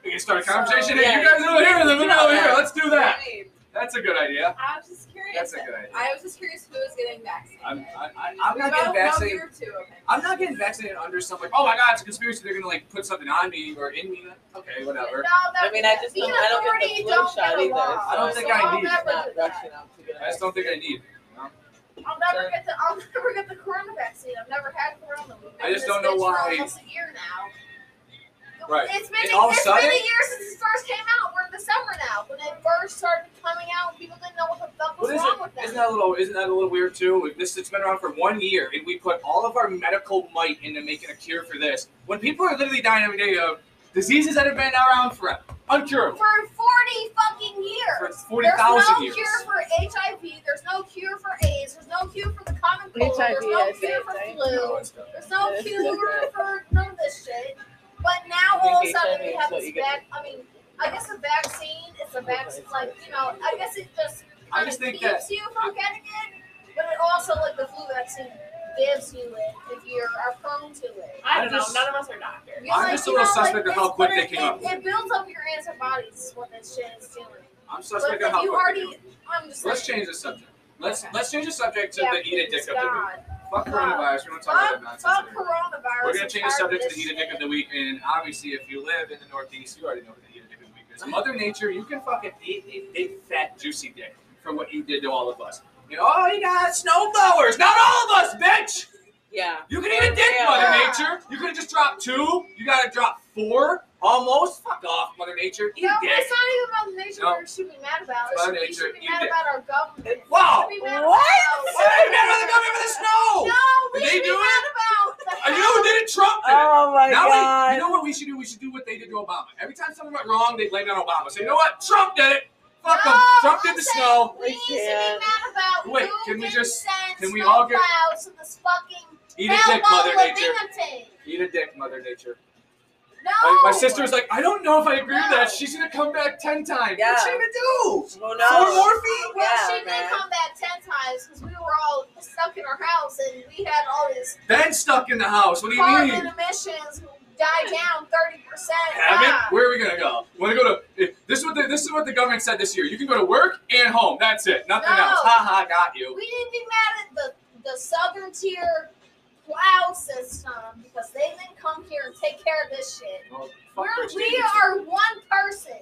Speaker 1: We can start a conversation.
Speaker 4: So,
Speaker 1: hey, you guys over here in the middle of here. Let's do that.
Speaker 5: I mean,
Speaker 1: That's a good idea.
Speaker 5: I was just curious.
Speaker 1: That's
Speaker 5: gets
Speaker 1: a
Speaker 5: it.
Speaker 1: good idea.
Speaker 5: I was just curious who was getting vaccinated.
Speaker 1: I'm, I, I, I'm not
Speaker 5: About
Speaker 1: getting
Speaker 5: no
Speaker 1: vaccinated.
Speaker 5: group two, okay.
Speaker 1: I'm not getting vaccinated under some like, oh my god, it's a conspiracy. They're gonna like put something on me or in me. Okay, whatever.
Speaker 3: that
Speaker 4: [laughs] I mean, I just
Speaker 3: the
Speaker 4: don't, I don't get
Speaker 3: authority
Speaker 4: the flu
Speaker 3: don't
Speaker 4: shot
Speaker 3: get
Speaker 4: either. So
Speaker 3: along.
Speaker 1: I don't think
Speaker 3: So
Speaker 1: I
Speaker 3: I'll
Speaker 1: need it.
Speaker 3: never
Speaker 4: Not
Speaker 3: do that.
Speaker 4: rushing out to get
Speaker 1: I just don't think I need it. you know?
Speaker 3: I'll never get the I'll never get the corona vaccine. I've never had corona. We've been
Speaker 1: I just
Speaker 3: in this
Speaker 1: don't know
Speaker 3: bitch
Speaker 1: why-
Speaker 3: For almost a year now.
Speaker 1: Right.
Speaker 3: It's been
Speaker 1: And all of a
Speaker 3: it's
Speaker 1: sudden-
Speaker 3: been a year since it first came out. We're in the summer now. When it first started coming out, people didn't know what the fuck was
Speaker 1: What is
Speaker 3: wrong with them.
Speaker 1: Isn't that a little? Isn't that a little weird too? If This it's been around for one year, and we put all of our medical might into making a cure for this. When people are literally dying every day of diseases that have been around forever, uncurable
Speaker 3: for 40 fucking
Speaker 1: for
Speaker 3: years.
Speaker 1: forty thousand
Speaker 3: There's no
Speaker 1: years.
Speaker 3: cure for HIV. There's no cure for AIDS. There's no cure for the common cold.
Speaker 4: HIV
Speaker 3: There's no
Speaker 4: is
Speaker 3: cure
Speaker 4: AIDS,
Speaker 3: for
Speaker 4: right?
Speaker 1: No,
Speaker 3: flu.
Speaker 1: it's not.
Speaker 3: There's no
Speaker 4: Yes.
Speaker 3: cure for none of this shit. But now
Speaker 4: I
Speaker 3: all of a
Speaker 4: think
Speaker 3: sudden
Speaker 4: HIV
Speaker 3: we
Speaker 4: is
Speaker 3: have
Speaker 4: what
Speaker 3: this
Speaker 4: you get.
Speaker 3: vac. I mean, I guess a vaccine is a vaccine. Like you know, I guess it just
Speaker 1: I
Speaker 3: kind of
Speaker 1: just think
Speaker 3: keeps
Speaker 1: that-
Speaker 3: you from getting it, but it also like the flu vaccine gives you it if you are prone to it.
Speaker 1: I
Speaker 2: I
Speaker 1: don't
Speaker 2: don't
Speaker 1: know,
Speaker 2: know.
Speaker 1: just- none
Speaker 2: None of us are doctors.
Speaker 3: Because,
Speaker 1: I'm
Speaker 3: like,
Speaker 1: just a little
Speaker 3: you know, like,
Speaker 1: suspect of
Speaker 3: it's-
Speaker 1: how quick
Speaker 3: but
Speaker 1: they
Speaker 3: it-
Speaker 1: came up
Speaker 3: It, it builds up your antibodies. Is what this shit is doing.
Speaker 1: I'm
Speaker 3: But
Speaker 1: suspect of
Speaker 3: like,
Speaker 1: how
Speaker 3: you
Speaker 1: quick they
Speaker 3: already,
Speaker 1: came up.
Speaker 3: I'm just.
Speaker 1: Let's
Speaker 3: saying,
Speaker 1: change the subject. Let's
Speaker 5: Okay.
Speaker 1: let's change the subject to
Speaker 3: yeah,
Speaker 1: the eat
Speaker 3: please,
Speaker 1: addictive. of the week.
Speaker 3: God.
Speaker 1: Fuck coronavirus. We don't talk about that
Speaker 3: Fuck,
Speaker 1: nonsense.
Speaker 3: fuck
Speaker 1: anymore.
Speaker 3: coronavirus.
Speaker 1: We're gonna change the
Speaker 3: I'm tired
Speaker 1: subject
Speaker 3: of
Speaker 1: to the
Speaker 3: this
Speaker 1: heat dick
Speaker 3: shit.
Speaker 1: of the week, and obviously, if you live in the Northeast, you already know what the heat dick of the week is. Mother Nature, you can fucking eat a big, fat, juicy dick for what you did to all of us. You know, oh, you got snow blowers, not all of us, bitch.
Speaker 4: Yeah.
Speaker 1: You can eat a dick,
Speaker 4: Yeah.
Speaker 1: Mother Nature. You could have just dropped two. You gotta drop four, almost. Fuck off, Mother Nature. Eat
Speaker 3: No,
Speaker 1: a dick.
Speaker 3: it's not even about the nature
Speaker 1: No.
Speaker 3: we should be mad
Speaker 1: It's
Speaker 3: about. It
Speaker 1: about
Speaker 3: should, we should
Speaker 1: nature.
Speaker 3: be
Speaker 1: You
Speaker 3: mad
Speaker 1: did.
Speaker 3: about our government.
Speaker 1: Wow.
Speaker 3: We should be mad
Speaker 4: What?
Speaker 3: about-
Speaker 1: Why are you mad about the government for the snow?
Speaker 3: No, we
Speaker 1: Did they
Speaker 3: should be
Speaker 1: do it?
Speaker 3: mad about the
Speaker 1: Uh, You
Speaker 3: health.
Speaker 1: did it, Trump did it.
Speaker 4: Oh my
Speaker 1: now
Speaker 4: god.
Speaker 1: we, you know what we should do? We should do what they did to Obama. Every time something went wrong, they blamed it on Obama. So you know what? Trump did it. Fuck him.
Speaker 3: No,
Speaker 1: Trump did
Speaker 3: I'm
Speaker 1: the
Speaker 3: saying
Speaker 1: snow.
Speaker 3: We
Speaker 4: We
Speaker 3: need to be
Speaker 4: can't.
Speaker 3: mad about
Speaker 1: Wait,
Speaker 3: who
Speaker 1: can we
Speaker 3: didn't
Speaker 1: just-
Speaker 3: send
Speaker 1: can we all get-
Speaker 3: snowplows to this fucking
Speaker 1: Eat a dick, Mother
Speaker 3: Belmont
Speaker 1: Nature.
Speaker 3: Levitate?
Speaker 1: Eat a dick, Mother Nature.
Speaker 3: No.
Speaker 1: My, my sister was like, I don't know if I agree with
Speaker 3: No.
Speaker 1: that. She's gonna come back ten times.
Speaker 4: Yeah.
Speaker 1: What's she gonna do?
Speaker 4: Who
Speaker 1: Four
Speaker 4: knows?
Speaker 1: more feet?
Speaker 3: Well,
Speaker 4: Yeah,
Speaker 3: she did
Speaker 4: man.
Speaker 3: come back ten times because we were all stuck in our house and we had all these
Speaker 1: Then stuck in the house. What do you
Speaker 3: carbon
Speaker 1: mean?
Speaker 3: emissions die down thirty
Speaker 1: Haven't?
Speaker 3: percent.
Speaker 1: Where are we gonna go? Wanna go to? This is what the this is what the government said this year. You can go to work and home. That's it. Nothing
Speaker 3: No.
Speaker 1: else. Ha ha. Got you.
Speaker 3: We need to be mad at the the southern tier plow system because they didn't come here and take care of this shit.
Speaker 1: Well, fuck
Speaker 3: We're,
Speaker 1: their
Speaker 3: we
Speaker 1: standards.
Speaker 3: are one person.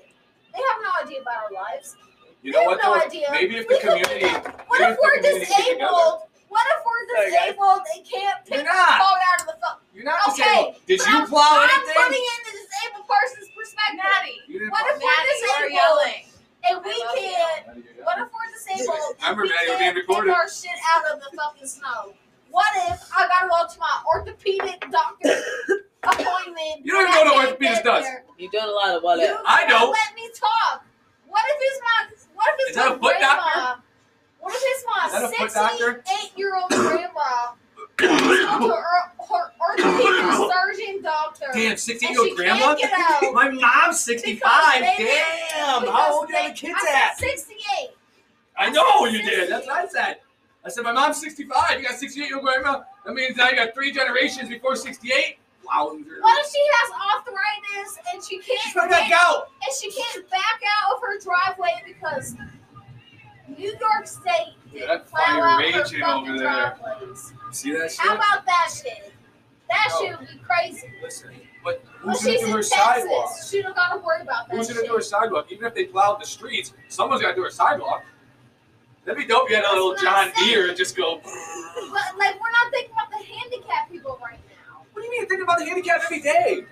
Speaker 3: They have no idea about our lives.
Speaker 1: You
Speaker 3: they
Speaker 1: know what
Speaker 3: have no
Speaker 1: though?
Speaker 3: idea.
Speaker 1: Maybe if
Speaker 3: We
Speaker 1: the
Speaker 3: could be
Speaker 1: community.
Speaker 3: What
Speaker 1: maybe
Speaker 3: if we're
Speaker 1: the community get together.
Speaker 3: disabled? What if we're
Speaker 4: Sorry, guys.
Speaker 3: disabled and can't
Speaker 1: You're
Speaker 3: pick the
Speaker 1: not.
Speaker 3: phone out of the phone?
Speaker 1: You're not
Speaker 3: Okay,
Speaker 1: disabled. Did
Speaker 3: but
Speaker 1: you
Speaker 3: I'm-
Speaker 1: plow
Speaker 3: I'm putting
Speaker 1: anything?
Speaker 3: in the disabled person's perspective.
Speaker 5: Maddie.
Speaker 1: You didn't
Speaker 3: What
Speaker 1: plow
Speaker 3: if we're
Speaker 5: Maddie, you're
Speaker 3: disabled
Speaker 5: yelling.
Speaker 3: and we
Speaker 5: I love you.
Speaker 3: can't?
Speaker 1: anything.
Speaker 3: What if we're disabled?
Speaker 1: I remember
Speaker 3: we
Speaker 1: Maddie was
Speaker 3: can't
Speaker 1: being recorded.
Speaker 3: Pick our shit out of the fucking snow. What if I gotta go to my orthopedic doctor appointment?
Speaker 1: You don't even
Speaker 3: and I
Speaker 1: know what
Speaker 3: can't
Speaker 1: orthopedist
Speaker 3: get
Speaker 1: does.
Speaker 3: there?
Speaker 4: You're doing a lot of what
Speaker 3: You
Speaker 4: ifs.
Speaker 1: I
Speaker 3: won't
Speaker 1: know.
Speaker 3: Let me talk. What if it's my? What if it's
Speaker 1: Is that
Speaker 3: my
Speaker 1: a foot
Speaker 3: grandma?
Speaker 1: doctor?
Speaker 3: What if
Speaker 1: Is that a foot
Speaker 3: it's my
Speaker 1: doctor?
Speaker 3: sixty-eight-year-old grandma?
Speaker 1: [coughs]
Speaker 3: goes to her, her orthopedic surgeon doctor.
Speaker 1: Damn,
Speaker 3: and
Speaker 1: 16 year
Speaker 3: she
Speaker 1: old grandma?
Speaker 3: Can't get
Speaker 1: [laughs]
Speaker 3: out.
Speaker 1: My mom's 65.
Speaker 3: Because they
Speaker 1: Damn,
Speaker 3: didn't- because
Speaker 1: how old are
Speaker 3: they-
Speaker 1: the kids
Speaker 3: I
Speaker 1: at?
Speaker 3: said 68.
Speaker 1: I know you did. That's what I said. I said, my mom's 65. You got 68 year old grandma? That means now you got three generations before 68? Wow.
Speaker 3: What if she has arthritis and she can't
Speaker 1: She's probably
Speaker 3: get,
Speaker 1: got gout.
Speaker 3: and she can't back out of her driveway because New York State
Speaker 1: Yeah,
Speaker 3: didn't
Speaker 1: that
Speaker 3: plow
Speaker 1: fire
Speaker 3: out her
Speaker 1: raging
Speaker 3: fucking
Speaker 1: over there.
Speaker 3: driveways?
Speaker 1: See that
Speaker 3: How about that shit? That shit would be crazy.
Speaker 1: Listen, but
Speaker 3: Well,
Speaker 1: who's going
Speaker 3: she's
Speaker 1: to do
Speaker 3: in
Speaker 1: her
Speaker 3: Texas.
Speaker 1: sidewalk?
Speaker 3: She don't gotta worry about that
Speaker 1: Who's
Speaker 3: shit.
Speaker 1: gonna do her sidewalk? Even if they plowed the streets, someone's gotta do her sidewalk. That'd be dope. You had a
Speaker 3: That's
Speaker 1: little
Speaker 3: what I'm
Speaker 1: John Deere
Speaker 3: saying.
Speaker 1: and just go.
Speaker 3: But like, we're not thinking about the handicapped people right now.
Speaker 1: What do you mean? I think about the handicap every day.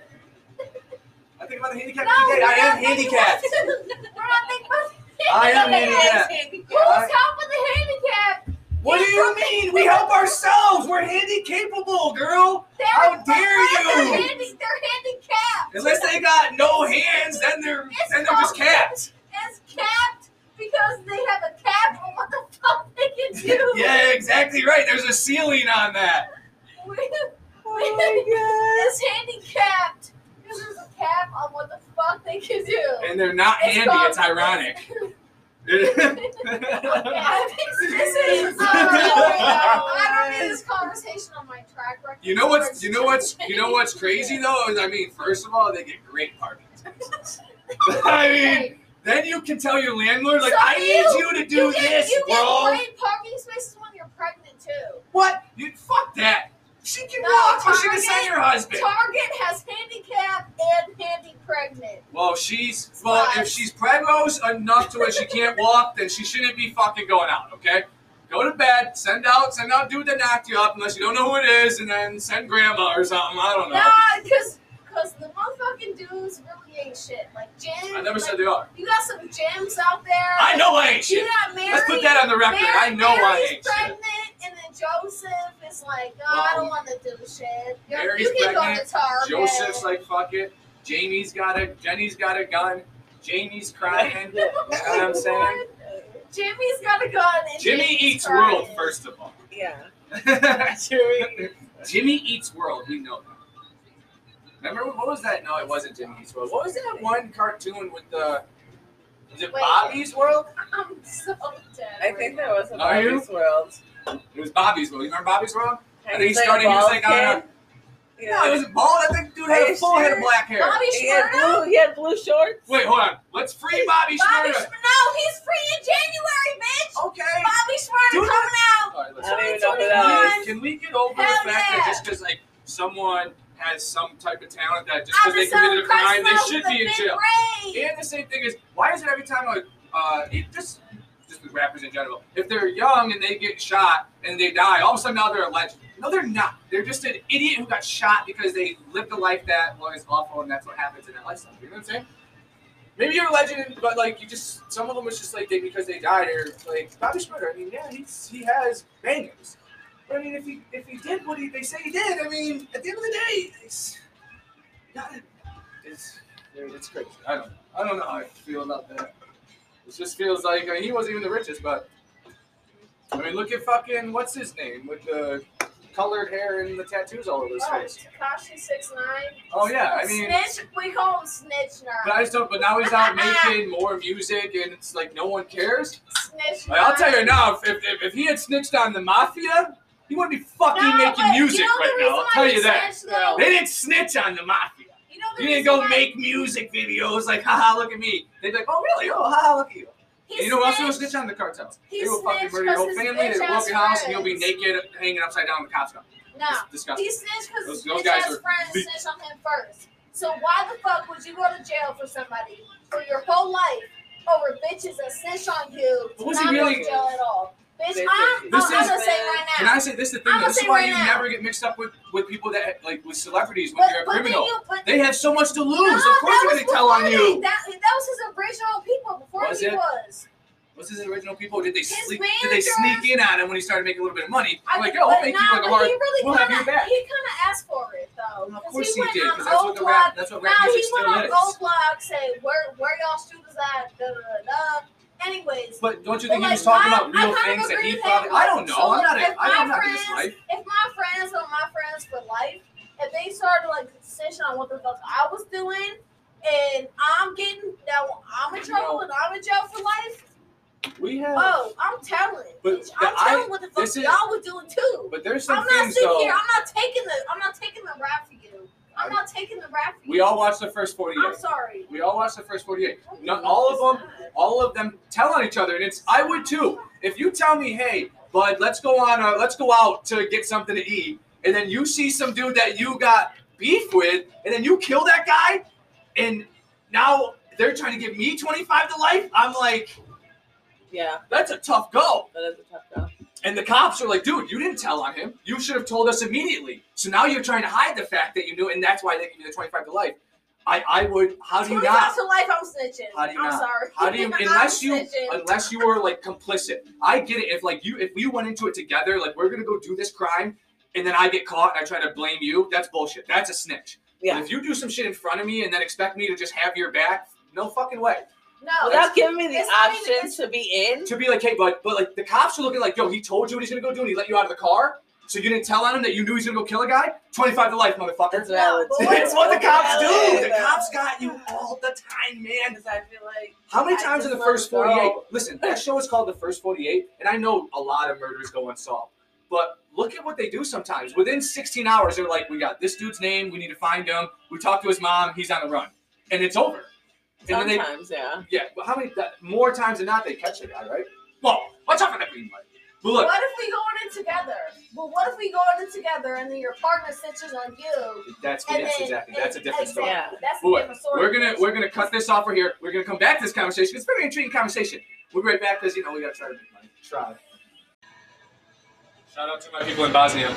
Speaker 1: I think about the handicap
Speaker 3: No,
Speaker 1: every day.
Speaker 3: we're
Speaker 1: I am
Speaker 3: not thinking
Speaker 1: handicapped.
Speaker 3: about- [laughs] we're not thinking about. the
Speaker 1: [laughs] I am
Speaker 3: handicapped.
Speaker 1: handicapped.
Speaker 3: Who's
Speaker 1: I-
Speaker 3: helping the handicapped?
Speaker 1: What do you mean? We help ourselves. We're handicapable, girl.
Speaker 3: They're,
Speaker 1: How dare
Speaker 3: they're
Speaker 1: you?
Speaker 3: Handi- they're handicapped.
Speaker 1: Unless they got no hands, then they're
Speaker 3: It's
Speaker 1: then they're just
Speaker 3: called-
Speaker 1: cats.
Speaker 3: It's capped because they have a cap on what the fuck they can do.
Speaker 1: [laughs] Yeah, exactly right. There's a ceiling on that.
Speaker 3: We-
Speaker 4: Oh
Speaker 3: it's handicapped because there's a cap on what the fuck they can do.
Speaker 1: And they're not
Speaker 3: It's
Speaker 1: handy.
Speaker 3: called-
Speaker 1: It's
Speaker 3: [laughs]
Speaker 1: ironic.
Speaker 3: I
Speaker 1: [laughs]
Speaker 3: think this is.
Speaker 4: Oh,
Speaker 3: I don't need this conversation on my track record.
Speaker 1: You know what's you know what's you know
Speaker 3: [laughs]
Speaker 1: what's crazy though is [laughs] I mean first of all they get great parking. spaces. I mean Then you can tell your landlord, like,
Speaker 3: So
Speaker 1: I need
Speaker 3: you-
Speaker 1: you to do
Speaker 3: you get,
Speaker 1: this,
Speaker 3: you
Speaker 1: bro.
Speaker 3: get paid parking spaces when you're pregnant too.
Speaker 1: What? You fuck that. She can
Speaker 3: No,
Speaker 1: walk, but she can
Speaker 3: Target-
Speaker 1: send your husband.
Speaker 3: Target has handicap and handy pregnant.
Speaker 1: well, she's well. If
Speaker 3: Nice.
Speaker 1: she's preggos enough to where she can't walk, then she shouldn't be fucking going out. Okay. Go to bed. Send out. Send out. Dude that knocked you up, unless you don't know who it is, and then send grandma or something. I don't know.
Speaker 3: Nah, cause cause the motherfucking dudes really ain't shit. Like Jim,
Speaker 1: I never
Speaker 3: like,
Speaker 1: said they are.
Speaker 3: you got some gems out there.
Speaker 1: I know I ain't
Speaker 3: She
Speaker 1: shit.
Speaker 3: got married.
Speaker 1: Let's put that on the record.
Speaker 3: Mary,
Speaker 1: I know I
Speaker 3: Mary's
Speaker 1: ain't shit.
Speaker 3: pregnant, and then Joseph is like, oh, I don't want to do shit. You're-
Speaker 1: Mary's
Speaker 3: you can go
Speaker 1: pregnant.
Speaker 3: to Target.
Speaker 1: Joseph's
Speaker 3: [laughs]
Speaker 1: like, fuck it. Jamie's got it. Jenny's got a gun. Jamie's crying. you know what I'm saying?
Speaker 3: Jimmy's got a gun. And
Speaker 1: Jimmy
Speaker 3: Jimmy's
Speaker 1: eats
Speaker 3: crying.
Speaker 1: world first of all.
Speaker 4: Yeah.
Speaker 1: Jimmy Eats World, we know that. Remember what was that? No, it wasn't Jimmy Eats World. What was that one cartoon with the? Was it
Speaker 3: Wait.
Speaker 1: Bobby's World?
Speaker 3: [laughs] I'm so dead.
Speaker 4: I think that was a
Speaker 1: Are you?
Speaker 4: Bobby's World.
Speaker 1: It was Bobby's World. You remember Bobby's World? And he
Speaker 4: He's like
Speaker 1: started- he was
Speaker 4: bald
Speaker 1: like, uh,
Speaker 4: kid.
Speaker 1: No, it
Speaker 4: Yeah.
Speaker 1: was bald. I think dude
Speaker 4: Are
Speaker 1: had a
Speaker 4: you
Speaker 1: full head of
Speaker 4: serious?
Speaker 1: black hair.
Speaker 3: Bobby
Speaker 4: He had
Speaker 3: Shmurda?
Speaker 4: blue. He had blue shorts.
Speaker 1: Wait, hold on. Let's free Bobby Oh.
Speaker 3: Bobby
Speaker 1: Shmurda.
Speaker 3: Shmurda. No, he's free in January, bitch.
Speaker 1: Okay.
Speaker 3: Bobby Shmurda
Speaker 1: Dude,
Speaker 3: coming out.
Speaker 1: All right,
Speaker 4: I
Speaker 1: listen.
Speaker 4: don't even know who that
Speaker 1: Guys,
Speaker 4: is.
Speaker 1: Can we get over the
Speaker 3: Hell
Speaker 1: fact that
Speaker 3: yeah.
Speaker 1: just because like someone has some type of talent that just
Speaker 3: I'm
Speaker 1: because they committed a crime they should
Speaker 3: the
Speaker 1: be in
Speaker 3: big
Speaker 1: jail?
Speaker 3: Brain.
Speaker 1: And the same thing is, why is it every time like uh, it just just with rappers in general, if they're young and they get shot and they die, all of a sudden now they're a legend. No, they're not. They're just an idiot who got shot because they lived a life that was awful, and that's what happens in that lifestyle. You know what I'm saying? Maybe you're a legend, but like you just some of them was just like they because they died or like Bobby Schmitter. I mean, yeah, he's he has bangers, but I mean, if he if he did what he, they say he did, I mean, at the end of the day, it's not. It's it's crazy. I don't. I don't know how I feel about that. It just feels like I mean, he wasn't even the richest, but I mean, look at fucking what's his name with the colored hair and the tattoos all over his face.
Speaker 3: Oh, Takashi six nine.
Speaker 1: Oh yeah, I mean,
Speaker 3: snitch. We call him Snitch
Speaker 1: but
Speaker 3: Nerd.
Speaker 1: I just don't. But now he's out making more music, and it's like no one cares.
Speaker 3: Snitch
Speaker 1: Like, I'll tell you
Speaker 3: Nerd.
Speaker 1: now, if, if, if he had snitched on the mafia, he wouldn't be fucking
Speaker 3: No,
Speaker 1: making
Speaker 3: but
Speaker 1: music
Speaker 3: you know
Speaker 1: right
Speaker 3: the
Speaker 1: now. I'll
Speaker 3: reason
Speaker 1: tell
Speaker 3: why
Speaker 1: you
Speaker 3: he
Speaker 1: that.
Speaker 3: snitched, though?
Speaker 1: They didn't snitch on the mafia.
Speaker 3: You know the
Speaker 1: You
Speaker 3: reason
Speaker 1: didn't go
Speaker 3: why
Speaker 1: make music videos like, haha, look at me. They'd be like, oh really? Oh, haha, look at you.
Speaker 3: he
Speaker 1: You know who else will
Speaker 3: snitched?
Speaker 1: snitch on the cartels?
Speaker 3: He
Speaker 1: they will fucking
Speaker 3: snitched
Speaker 1: murder your
Speaker 3: 'cause
Speaker 1: whole
Speaker 3: his
Speaker 1: family. They
Speaker 3: bitch
Speaker 1: will
Speaker 3: ass
Speaker 1: walk your house and you'll be
Speaker 3: friends.
Speaker 1: naked, hanging upside down. The cops come.
Speaker 3: No.
Speaker 1: It's disgusting.
Speaker 3: He snitched
Speaker 1: Those-
Speaker 3: because
Speaker 1: those
Speaker 3: his
Speaker 1: guys
Speaker 3: ass
Speaker 1: are-
Speaker 3: friends snitched on him first. So why the fuck would you go to jail for somebody for your whole life over bitches that snitch on you?
Speaker 1: But
Speaker 3: to
Speaker 1: was he
Speaker 3: not go
Speaker 1: really-
Speaker 3: to jail at all? Bitch,
Speaker 4: Bitches.
Speaker 3: I'm,
Speaker 1: This
Speaker 3: I'm
Speaker 1: is-
Speaker 3: gonna say right
Speaker 1: Can
Speaker 3: now.
Speaker 1: I say this? is The thing
Speaker 3: I'ma
Speaker 1: this is
Speaker 3: say
Speaker 1: why
Speaker 3: right
Speaker 1: you
Speaker 3: now.
Speaker 1: never get mixed up with with people that like with celebrities when
Speaker 3: but,
Speaker 1: you're a
Speaker 3: but then
Speaker 1: criminal.
Speaker 3: you, but
Speaker 1: They have so much to lose.
Speaker 3: no,
Speaker 1: of course
Speaker 3: that
Speaker 1: they're
Speaker 3: was
Speaker 1: gonna tell on
Speaker 3: before
Speaker 1: you.
Speaker 3: That, that was his original people before
Speaker 1: Was
Speaker 3: he
Speaker 1: it?
Speaker 3: was.
Speaker 1: What's his original people? Did they
Speaker 3: His
Speaker 1: sleep? Did they
Speaker 3: managers-
Speaker 1: sneak in on him when he started making a little bit of money?
Speaker 3: I
Speaker 1: I'm like,
Speaker 3: think-
Speaker 1: yo, we'll
Speaker 3: but
Speaker 1: make
Speaker 3: nah,
Speaker 1: you like a
Speaker 3: but
Speaker 1: hard.
Speaker 3: He really
Speaker 1: We'll have
Speaker 3: kinda,
Speaker 1: your back.
Speaker 3: He kind of asked for it though.
Speaker 1: Of
Speaker 3: 'cause
Speaker 1: course
Speaker 3: he
Speaker 1: he,
Speaker 3: went
Speaker 1: did.
Speaker 3: on
Speaker 1: Because that's what
Speaker 3: Old
Speaker 1: the
Speaker 3: Block
Speaker 1: rap. That's what
Speaker 3: Now
Speaker 1: rap music
Speaker 3: he went
Speaker 1: still
Speaker 3: on
Speaker 1: is.
Speaker 3: Gold Block, say where where y'all shooters at, da da da. da. Anyways,
Speaker 1: But don't you think
Speaker 3: But,
Speaker 1: he
Speaker 3: like,
Speaker 1: was talking
Speaker 3: I-
Speaker 1: about
Speaker 3: I
Speaker 1: real
Speaker 3: kind of
Speaker 1: things that
Speaker 3: agree
Speaker 1: he
Speaker 3: with
Speaker 1: probably?
Speaker 3: him.
Speaker 1: I don't know.
Speaker 3: So,
Speaker 1: I'm not.
Speaker 3: if
Speaker 1: A, I, I'm
Speaker 3: my
Speaker 1: not his
Speaker 3: friends-
Speaker 1: wife.
Speaker 3: if my friends are my friends for life, if they started like snitching on what the fuck I was doing, and I'm getting now I'm in trouble and I'm in jail for life.
Speaker 1: We have.
Speaker 3: Oh, I'm telling.
Speaker 1: But
Speaker 3: bitch.
Speaker 1: the-
Speaker 3: I'm telling
Speaker 1: I-
Speaker 3: what the fuck
Speaker 1: this is-
Speaker 3: y'all was doing too.
Speaker 1: But there's some
Speaker 3: I'm not
Speaker 1: things
Speaker 3: sitting
Speaker 1: though.
Speaker 3: here. I'm not taking the. I'm not taking the rap for you. I'm not taking the rap for you.
Speaker 1: We all watched the first 48.
Speaker 3: I'm sorry.
Speaker 1: We all watched the first 48. Not all of them. All of them tell on each other, and it's I would too. If you tell me, hey, bud, let's go on, a, let's go out to get something to eat, and then you see some dude that you got beef with, and then you kill that guy, and now they're trying to give me 25 to life. I'm like,
Speaker 4: Yeah,
Speaker 1: that's a tough go.
Speaker 4: that is a tough job.
Speaker 1: And the cops are like, dude, you didn't tell on him. You should have told us immediately. So now you're trying to hide the fact that you knew, and that's why they give you the 25 to life. I, I would, how do you
Speaker 3: 25
Speaker 1: not?
Speaker 3: to life. I'm snitching.
Speaker 1: How do you
Speaker 3: I'm
Speaker 1: not?
Speaker 3: sorry.
Speaker 1: How do you,
Speaker 3: [laughs] I'm
Speaker 1: unless you,
Speaker 3: snitching.
Speaker 1: unless you were like complicit. I get it. If like you, if we went into it together, like we're going to go do this crime, and then I get caught and I try to blame you, that's bullshit. That's a snitch. But
Speaker 4: Yeah.
Speaker 1: If you do some shit in front of me and then expect me to just have your back, no fucking way.
Speaker 3: No.
Speaker 4: Without giving me the
Speaker 3: it's not even-
Speaker 4: option to be in.
Speaker 1: to be like, hey, bud, but like the cops are looking like, yo, he told you what he's gonna go do, and he let you out of the car, so you didn't tell on him that you knew he's gonna go kill a guy. Twenty-five to life, motherfucker.
Speaker 4: That's valid.
Speaker 3: but
Speaker 4: too.
Speaker 1: That's what the cops do. The
Speaker 4: Valid.
Speaker 1: cops got you all the time, man.
Speaker 4: Because I feel like
Speaker 1: How many
Speaker 4: I
Speaker 1: times in
Speaker 4: just
Speaker 1: the first
Speaker 4: wanna
Speaker 1: forty-eight?
Speaker 4: go.
Speaker 1: Listen, that show is called The First Forty Eight, and I know a lot of murders go unsolved. But look at what they do sometimes. Within 16 hours, they're like, we got this dude's name, we need to find him. We talked to his mom, he's on the run. And it's over. And then they
Speaker 4: Sometimes, yeah.
Speaker 1: Yeah, but how many that, more times than not they catch the guy, right? Well, watch out for that green light. But look,
Speaker 3: What if we go in it together? Well, what if we go in it together and then your partner snitches on you?
Speaker 1: that's
Speaker 3: And
Speaker 1: yes,
Speaker 3: then,
Speaker 1: exactly. That's a
Speaker 3: and-
Speaker 1: different story.
Speaker 3: exactly. That's
Speaker 1: Boy,
Speaker 3: a different story.
Speaker 1: We're gonna
Speaker 3: [laughs]
Speaker 1: we're gonna cut this off right here. We're gonna come back to this conversation. It's a very intriguing conversation. We'll be right back because you know we gotta try to make money. Try. Shout out to my people in Bosnia.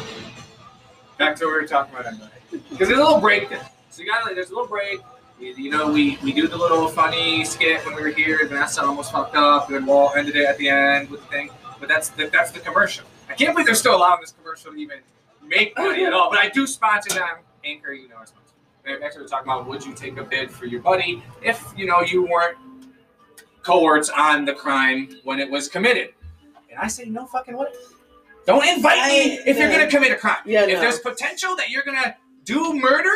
Speaker 1: Back to what we were talking about [laughs] on Because there's a little break there. So you gotta like there's a little break. You, you know, we, we do the little funny skit when we were here, Vanessa almost fucked up, and then Wall ended it at the end with the thing. But that's the, that's the commercial. I can't believe they're still allowing this commercial to even make money at all. But I do sponsor them. Anchor, you know, I sponsor. And Actually, we're talking about would you take a bid for your buddy if you know you weren't coerced on the crime when it was committed? And I say no fucking way. Don't invite me
Speaker 4: I-
Speaker 1: if you're
Speaker 4: yeah.
Speaker 1: gonna commit a crime.
Speaker 4: Yeah,
Speaker 1: if
Speaker 4: no.
Speaker 1: there's potential that you're gonna do murder,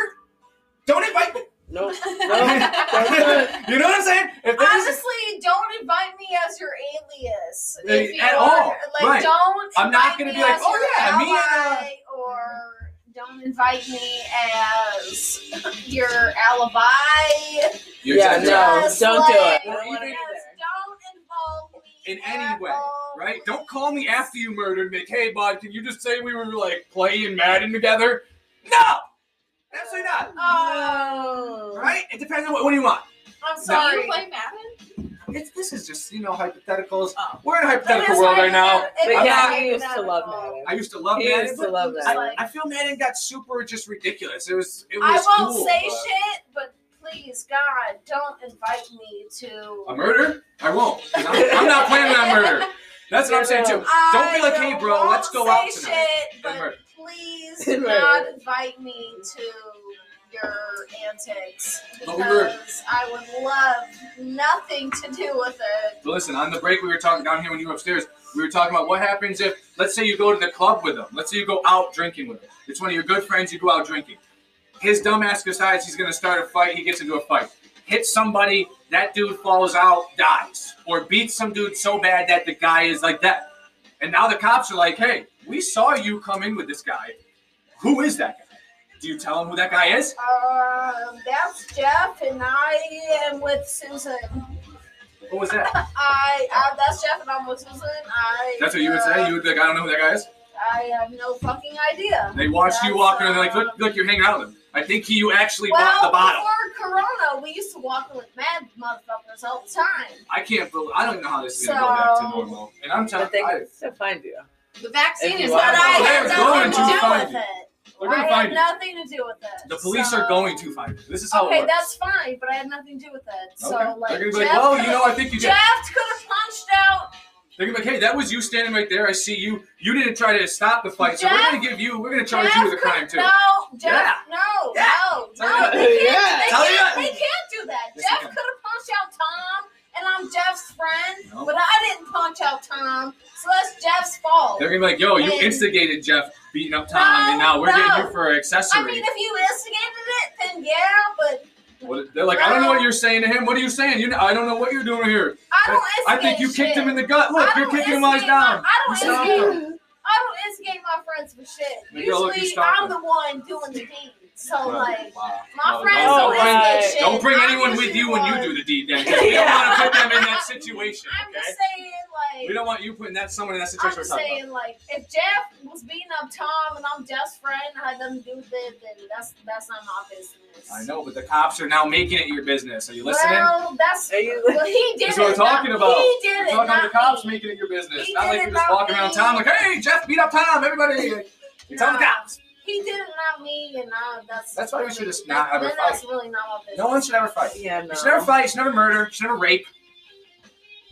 Speaker 1: don't invite me.
Speaker 4: No,
Speaker 1: you know
Speaker 4: no.
Speaker 1: [laughs] what I'm saying? If there's
Speaker 3: Honestly, don't invite me as your alias.
Speaker 1: Uh,
Speaker 3: if you
Speaker 1: at
Speaker 3: are-
Speaker 1: all.
Speaker 3: Like,
Speaker 1: Right.
Speaker 3: don't.
Speaker 1: I'm not
Speaker 3: invite
Speaker 1: gonna
Speaker 3: me
Speaker 1: be like,
Speaker 3: as
Speaker 1: "Oh,
Speaker 3: your
Speaker 1: yeah, me and,
Speaker 3: ally," Or don't invite me as [laughs] your alibi.
Speaker 1: you're
Speaker 4: Yeah,
Speaker 1: exactly
Speaker 4: no.
Speaker 1: right.
Speaker 3: Just
Speaker 4: don't do
Speaker 3: like-
Speaker 4: it. I don't wanna be
Speaker 3: Yes,
Speaker 4: there.
Speaker 3: don't involve me
Speaker 1: In any
Speaker 3: at
Speaker 1: way,
Speaker 3: all.
Speaker 1: right? Don't call me after you murdered me. Hey, bud, can you just say we were like playing Madden together? No, absolutely not.
Speaker 3: Uh,
Speaker 4: Oh.
Speaker 1: Right? It depends on what, what do you want.
Speaker 3: I'm
Speaker 1: No.
Speaker 3: sorry.
Speaker 5: you play Madden?
Speaker 1: It's this is just you know hypotheticals.
Speaker 5: Oh.
Speaker 1: We're in a
Speaker 3: But
Speaker 1: hypothetical
Speaker 3: that's
Speaker 1: world
Speaker 3: why
Speaker 1: right now.
Speaker 3: it's
Speaker 4: But
Speaker 1: I'm
Speaker 4: yeah,
Speaker 1: not-
Speaker 4: I used to love
Speaker 3: hypothetical.
Speaker 1: I
Speaker 4: Madden.
Speaker 1: used to love
Speaker 4: He
Speaker 1: Madden.
Speaker 4: used to love
Speaker 3: It's
Speaker 1: I,
Speaker 4: Madden.
Speaker 3: like-
Speaker 1: I feel Madden got super just ridiculous. It was it
Speaker 3: I
Speaker 1: was.
Speaker 3: won't
Speaker 1: cool,
Speaker 3: say
Speaker 1: but-
Speaker 3: shit, but please, God, don't invite me to.
Speaker 1: A murder? I won't. 'cause I'm, I'm not planning on murder. That's what I'm saying too. Don't be like, hey, bro,
Speaker 3: I
Speaker 1: let's go
Speaker 3: won't
Speaker 1: out
Speaker 3: say
Speaker 1: tonight.
Speaker 3: Shit,
Speaker 1: And
Speaker 3: but
Speaker 1: murder.
Speaker 3: please
Speaker 4: Right,
Speaker 3: do
Speaker 4: right.
Speaker 3: not invite me to your antics
Speaker 1: But we were-
Speaker 3: because I would love nothing to do with it.
Speaker 1: But listen, on the break we were talking down here when you were upstairs, we were talking about what happens if, let's say you go to the club with them. Let's say you go out drinking with them. It's one of your good friends, you go out drinking. His dumbass decides he's gonna start a fight, he gets into a fight. Hits somebody, that dude falls out, dies, or beats some dude so bad that the guy is like that. And now the cops are like, hey, we saw you come in with this guy. Who is that guy? Do you tell him who that guy is?
Speaker 3: Um, that's Jeff, and I am with Susan.
Speaker 1: What was that?
Speaker 3: I, uh, that's Jeff, and I'm with Susan. I.
Speaker 1: That's what you would
Speaker 3: uh,
Speaker 1: say? You would be like, I don't know who that guy is?
Speaker 3: I have no fucking idea.
Speaker 1: They watched you
Speaker 3: That's,
Speaker 1: walk in and they're like,
Speaker 3: uh,
Speaker 1: look, look, you're hanging out with him. I think you actually
Speaker 3: well,
Speaker 1: bought the bottle.
Speaker 3: before Corona, we used to walk with mad motherfuckers all the time.
Speaker 1: I can't believe, I don't know how this is going to go back to
Speaker 3: So-
Speaker 1: normal. And I'm
Speaker 4: I
Speaker 1: telling
Speaker 4: think
Speaker 1: you,
Speaker 4: to find you.
Speaker 5: The vaccine
Speaker 4: If
Speaker 5: is
Speaker 4: you
Speaker 3: But
Speaker 5: not
Speaker 4: want to.
Speaker 5: out.
Speaker 3: I
Speaker 1: They
Speaker 3: had
Speaker 1: are
Speaker 3: nothing
Speaker 1: going
Speaker 3: to
Speaker 1: to find
Speaker 3: do
Speaker 1: you.
Speaker 3: with it.
Speaker 1: they're going
Speaker 3: I
Speaker 1: to find
Speaker 3: had
Speaker 1: you.
Speaker 3: nothing to do with it.
Speaker 1: The police
Speaker 3: so-
Speaker 1: are going to find you. This is how
Speaker 3: Okay,
Speaker 1: it works.
Speaker 3: that's fine, but I had nothing to do with it. So
Speaker 1: Okay.
Speaker 3: like,
Speaker 1: they're going to be
Speaker 3: Jeff
Speaker 1: like, well,
Speaker 3: could
Speaker 1: you know, I think you did.
Speaker 3: Jeff could have punched out.
Speaker 1: They're going to be like, hey, that was you standing right there. I see you. You didn't try to stop the fight, so we're
Speaker 3: Jeff-
Speaker 1: going to give you, we're going to charge
Speaker 3: Jeff
Speaker 1: you with a
Speaker 3: could-
Speaker 1: crime, too.
Speaker 3: No, Jeff,
Speaker 1: Yeah.
Speaker 3: no,
Speaker 1: Yeah.
Speaker 3: no,
Speaker 1: Tell
Speaker 3: no.
Speaker 1: you
Speaker 3: They can't,
Speaker 4: Yeah.
Speaker 3: they,
Speaker 1: Tell
Speaker 3: can't,
Speaker 1: you.
Speaker 3: they can't do that.
Speaker 1: Yes,
Speaker 3: Jeff
Speaker 1: they
Speaker 3: could
Speaker 1: can.
Speaker 3: have punched out Tom, and I'm Jeff's friend,
Speaker 1: No.
Speaker 3: but I didn't punch out Tom, so that's Jeff's fault.
Speaker 1: They're going to be like, yo, you
Speaker 3: And-
Speaker 1: instigated Jeff beating up Tom,
Speaker 3: No,
Speaker 1: and now we're getting
Speaker 3: no.
Speaker 1: you for accessory.
Speaker 3: I mean, if you instigated it, then yeah, but
Speaker 1: What- they're like, I don't know what you're saying to him. What are you saying? You, I don't know what you're doing here.
Speaker 3: I don't
Speaker 1: I
Speaker 3: instigate
Speaker 1: think you kicked
Speaker 3: shit.
Speaker 1: him in the gut. Look,
Speaker 3: I
Speaker 1: you're
Speaker 3: don't
Speaker 1: kicking him while he's
Speaker 3: instigate my-
Speaker 1: down.
Speaker 3: I
Speaker 1: You
Speaker 3: don't
Speaker 1: stopped
Speaker 3: instigate
Speaker 1: him.
Speaker 3: I don't instigate my friends for shit.
Speaker 1: Like, yo, look, you
Speaker 3: Usually,
Speaker 1: stalking.
Speaker 3: I'm the one doing the deed. So, like,
Speaker 1: Wow.
Speaker 3: my
Speaker 1: No,
Speaker 3: friends
Speaker 1: don't,
Speaker 4: Oh,
Speaker 3: don't
Speaker 1: bring,
Speaker 4: right.
Speaker 3: instigate shit.
Speaker 1: don't bring
Speaker 3: I'm
Speaker 1: anyone with
Speaker 3: usually
Speaker 1: you
Speaker 3: the
Speaker 1: when you
Speaker 3: one-
Speaker 1: do the deed. Then 'cause we don't want to put them in that situation.
Speaker 3: I'm
Speaker 1: Okay.
Speaker 3: just
Speaker 1: We
Speaker 3: saying, like,
Speaker 1: don't want you putting that someone in that
Speaker 3: I'm
Speaker 1: situation.
Speaker 3: just
Speaker 1: we're talking
Speaker 3: saying, like, if Jeff was beating up Tom and I'm Jeff's friend and I didn't do that, then that's that's not my business.
Speaker 1: about. I know, but the cops are now making it your business. Are you listening?
Speaker 3: Well, that's
Speaker 4: Are you-
Speaker 3: well, he
Speaker 1: [laughs]
Speaker 3: did
Speaker 1: That's
Speaker 3: it.
Speaker 1: what we're talking
Speaker 3: not,
Speaker 1: about.
Speaker 3: He did
Speaker 1: We're
Speaker 3: it.
Speaker 1: talking about
Speaker 3: not
Speaker 1: the cops
Speaker 3: me.
Speaker 1: making it your business.
Speaker 3: He
Speaker 1: Not
Speaker 3: did
Speaker 1: like
Speaker 3: it,
Speaker 1: you're just
Speaker 3: not
Speaker 1: walking around
Speaker 3: me.
Speaker 1: town like, hey, Jeff beat up Tom.
Speaker 3: [laughs]
Speaker 1: Everybody, you tell the
Speaker 3: No.
Speaker 1: cops.
Speaker 3: He did it, not me, and uh, that's
Speaker 1: That's why we should
Speaker 3: really-
Speaker 1: just not
Speaker 3: that-
Speaker 1: ever
Speaker 3: then That's really not my business.
Speaker 1: No one should ever fight.
Speaker 4: Yeah, no.
Speaker 1: You should never fight. You should never murder. You should never rape.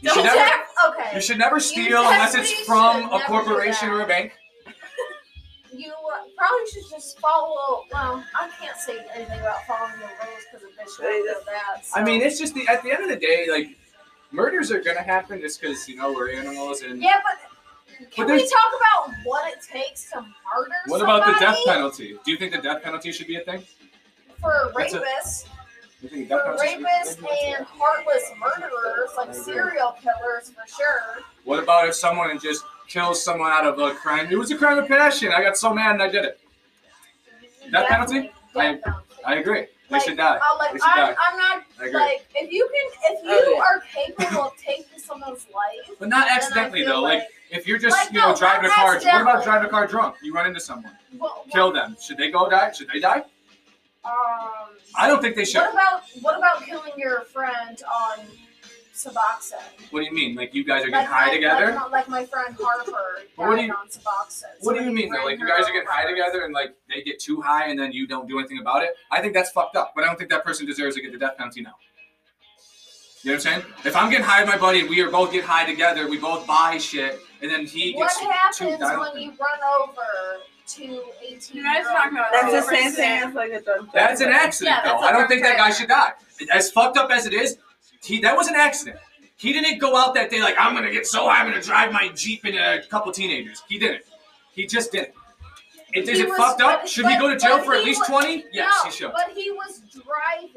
Speaker 1: You
Speaker 3: Don't
Speaker 1: should never.
Speaker 3: Jeff- okay.
Speaker 1: You should never steal unless it's
Speaker 3: definitely
Speaker 1: from
Speaker 3: should
Speaker 1: a
Speaker 3: never
Speaker 1: corporation
Speaker 3: do
Speaker 1: or
Speaker 3: that.
Speaker 1: a bank.
Speaker 3: You uh, probably should just follow. Well, I can't say anything about following the rules because of bitch
Speaker 4: They
Speaker 3: will do that. So.
Speaker 1: I mean, it's just the at the end of the day, like murders are gonna happen just because you know we're animals. And
Speaker 3: yeah, but
Speaker 1: But
Speaker 3: can we
Speaker 1: there's-
Speaker 3: talk about what it takes to murder
Speaker 1: what
Speaker 3: somebody
Speaker 1: about the death penalty? Do you think the death penalty should be a thing?
Speaker 3: for
Speaker 1: That's a-
Speaker 3: rapists,
Speaker 1: You think the death
Speaker 3: for
Speaker 1: penalty should be a
Speaker 3: rapists
Speaker 1: thing?
Speaker 3: and heartless murderers, like serial killers for sure?
Speaker 1: What about if someone just kills someone out of a crime? It was a crime of passion. I got so mad and I did it. Death penalty?
Speaker 3: Definitely, death penalty.
Speaker 1: I agree. They
Speaker 3: Like,
Speaker 1: should die.
Speaker 3: I'm
Speaker 1: They
Speaker 3: like,
Speaker 1: should
Speaker 3: I'm,
Speaker 1: die.
Speaker 3: I'm not
Speaker 1: I agree.
Speaker 3: like if you can if you
Speaker 4: Oh, yeah.
Speaker 3: are capable of taking someone's life.
Speaker 1: but not
Speaker 3: then I
Speaker 1: accidentally
Speaker 3: feel
Speaker 1: though. Like, if you're just
Speaker 3: Like,
Speaker 1: you know
Speaker 3: no,
Speaker 1: driving a
Speaker 3: not
Speaker 1: car, what about
Speaker 3: accidentally.
Speaker 1: driving a car drunk? You run into someone,
Speaker 3: what, what-
Speaker 1: kill them. Should they go die? Should they die?
Speaker 3: Um,
Speaker 1: I don't think they should.
Speaker 3: What about what about killing your friend on Suboxone?
Speaker 1: What do you mean? Like you guys are
Speaker 3: Like
Speaker 1: getting high
Speaker 3: my-
Speaker 1: together?
Speaker 3: Like, my- like my friend Harper
Speaker 1: But what do
Speaker 3: died
Speaker 1: you-
Speaker 3: on Suboxone.
Speaker 1: What do you mean though? Like you guys are getting high together and like they get too high and then you don't do anything about it? I think that's fucked up. But I don't think that person deserves to get the death penalty now. You know what I'm saying? If I'm getting high with my buddy and we are both get high together, we both buy shit, and then he
Speaker 3: What
Speaker 1: gets too
Speaker 3: happens
Speaker 1: I don't
Speaker 3: when
Speaker 1: think-
Speaker 3: you run over to 18?
Speaker 5: You guys talking about
Speaker 4: That's the
Speaker 5: That's
Speaker 4: same thing as like a drunk
Speaker 1: That's an
Speaker 4: driver.
Speaker 1: accident
Speaker 5: Yeah,
Speaker 1: though.
Speaker 5: that's a
Speaker 1: I don't think that guy
Speaker 5: perfect-
Speaker 1: should die. As fucked up as it is, he that was an accident. He didn't go out that day like I'm gonna get so high, I'm gonna drive my jeep into a couple teenagers. He didn't. He just didn't. It, is
Speaker 3: He
Speaker 1: it
Speaker 3: was-
Speaker 1: fucked up?
Speaker 3: but-
Speaker 1: Should he
Speaker 3: but-
Speaker 1: go to jail
Speaker 3: but
Speaker 1: for at
Speaker 3: he
Speaker 1: least
Speaker 3: was-
Speaker 1: twenty? Yes,
Speaker 3: no,
Speaker 1: he should.
Speaker 3: But he was driving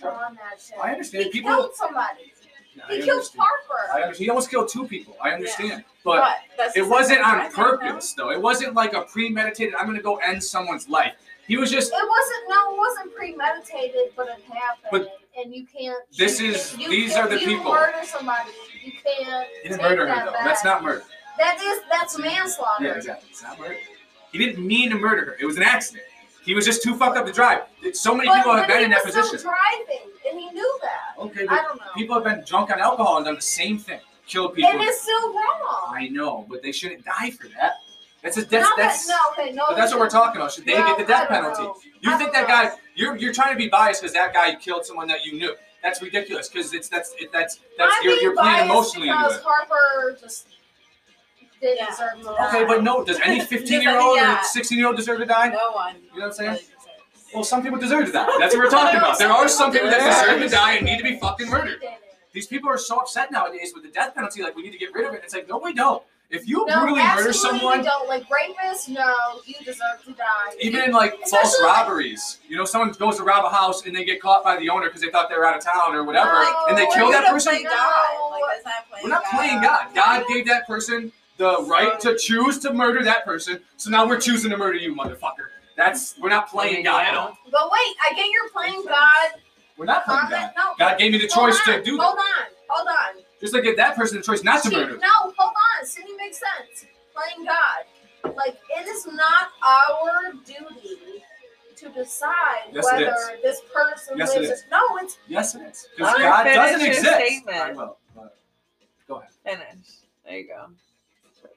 Speaker 1: Sure.
Speaker 3: on that shit.
Speaker 1: I understand.
Speaker 3: He
Speaker 1: People-
Speaker 3: killed somebody.
Speaker 1: Yeah, I
Speaker 3: He killed
Speaker 1: understand. I
Speaker 3: Harper.
Speaker 1: under- He almost killed two people. I understand, but
Speaker 5: But that's
Speaker 1: it
Speaker 5: the
Speaker 1: wasn't
Speaker 5: same
Speaker 1: on
Speaker 5: thing I think, no?
Speaker 1: purpose though. It wasn't like a premeditated. I'm gonna go end someone's life. He was just.
Speaker 3: It wasn't no, it wasn't premeditated, but it happened. and you can't.
Speaker 1: This
Speaker 3: you-
Speaker 1: is-
Speaker 3: if you-
Speaker 1: these
Speaker 3: if
Speaker 1: are the
Speaker 3: you
Speaker 1: people.
Speaker 3: Murder somebody, you can't.
Speaker 1: He didn't
Speaker 3: take
Speaker 1: murder her
Speaker 3: that
Speaker 1: though.
Speaker 3: back.
Speaker 1: That's not murder.
Speaker 3: That is that's manslaughter.
Speaker 1: Yeah, exactly. It's not murder. He didn't mean to murder her. It was an accident. He was just too fucked up to drive. So many
Speaker 3: But,
Speaker 1: people have
Speaker 3: but
Speaker 1: been
Speaker 3: he
Speaker 1: in that
Speaker 3: was
Speaker 1: position.
Speaker 3: still driving, and he knew that.
Speaker 1: Okay,
Speaker 3: I
Speaker 1: but
Speaker 3: don't know.
Speaker 1: people have been drunk on alcohol and done the same thing. Killed people.
Speaker 3: and it's still wrong.
Speaker 1: I know, but they shouldn't die for that. That's a,
Speaker 3: Not
Speaker 1: that's
Speaker 3: that-
Speaker 1: that's.
Speaker 3: no, okay, no.
Speaker 1: But that's what we're talking about. Should they
Speaker 3: Well,
Speaker 1: get the death
Speaker 3: I don't
Speaker 1: penalty?
Speaker 3: know.
Speaker 1: You
Speaker 3: I
Speaker 1: think that
Speaker 3: don't
Speaker 1: guy?
Speaker 3: know.
Speaker 1: You're you're trying to be biased because that guy killed someone that you knew. That's ridiculous because it's that's it, that's that's
Speaker 3: I'm
Speaker 1: you're,
Speaker 3: being
Speaker 1: you're playing
Speaker 3: biased
Speaker 1: emotionally into
Speaker 3: because
Speaker 1: it.
Speaker 3: Harper just didn't
Speaker 5: Yeah.
Speaker 3: deserve to
Speaker 1: Okay,
Speaker 3: die.
Speaker 1: but no, does
Speaker 3: [laughs]
Speaker 1: any
Speaker 5: Does
Speaker 1: 15 year old
Speaker 5: any- yeah.
Speaker 1: or 16 year old deserve to die?
Speaker 5: No one.
Speaker 1: You know what I'm saying?
Speaker 5: really deserves it.
Speaker 1: Well, some people deserve to die. That's what we're talking about. There are some people that deserve to die and need to be fucking murdered. These people are so upset nowadays with the death penalty. Like, we need to get rid of it. It's like, no, we don't. If you
Speaker 3: no,
Speaker 1: brutally murder
Speaker 3: absolutely
Speaker 1: someone,
Speaker 3: Don't like rapists. No, you deserve to die.
Speaker 1: even in like false
Speaker 3: Especially-
Speaker 1: robberies, you know, someone goes to rob a house and they get caught by the owner because they thought they were out of town or whatever,
Speaker 3: No,
Speaker 1: and they
Speaker 3: we're
Speaker 1: kill that
Speaker 5: gonna
Speaker 1: person.
Speaker 5: play God. Like,
Speaker 3: No.
Speaker 5: that's not playing
Speaker 1: We're not playing God. God gave that person the right to choose to murder that person. So now we're choosing to murder you, motherfucker. That's we're not playing God at all.
Speaker 3: But wait, I get your playing God
Speaker 1: We're not playing God.
Speaker 3: comment. No,
Speaker 1: God gave me the
Speaker 3: hold
Speaker 1: choice
Speaker 3: on,
Speaker 1: to do that.
Speaker 3: Hold on, hold on.
Speaker 1: Just like give that person the choice not to
Speaker 3: She-
Speaker 1: murder.
Speaker 3: No, hold on. Cindy makes sense. Playing God. Like, it is not our duty to decide
Speaker 1: Yes, it
Speaker 3: whether this person
Speaker 1: Yes, it
Speaker 3: lives.
Speaker 1: is.
Speaker 3: or- No, it's.
Speaker 1: Yes, it is.
Speaker 4: Let
Speaker 1: Because
Speaker 4: me
Speaker 1: God
Speaker 4: finish
Speaker 1: doesn't
Speaker 4: your
Speaker 1: exist.
Speaker 4: statement.
Speaker 1: I will. but- Go ahead.
Speaker 4: Finish. There you go.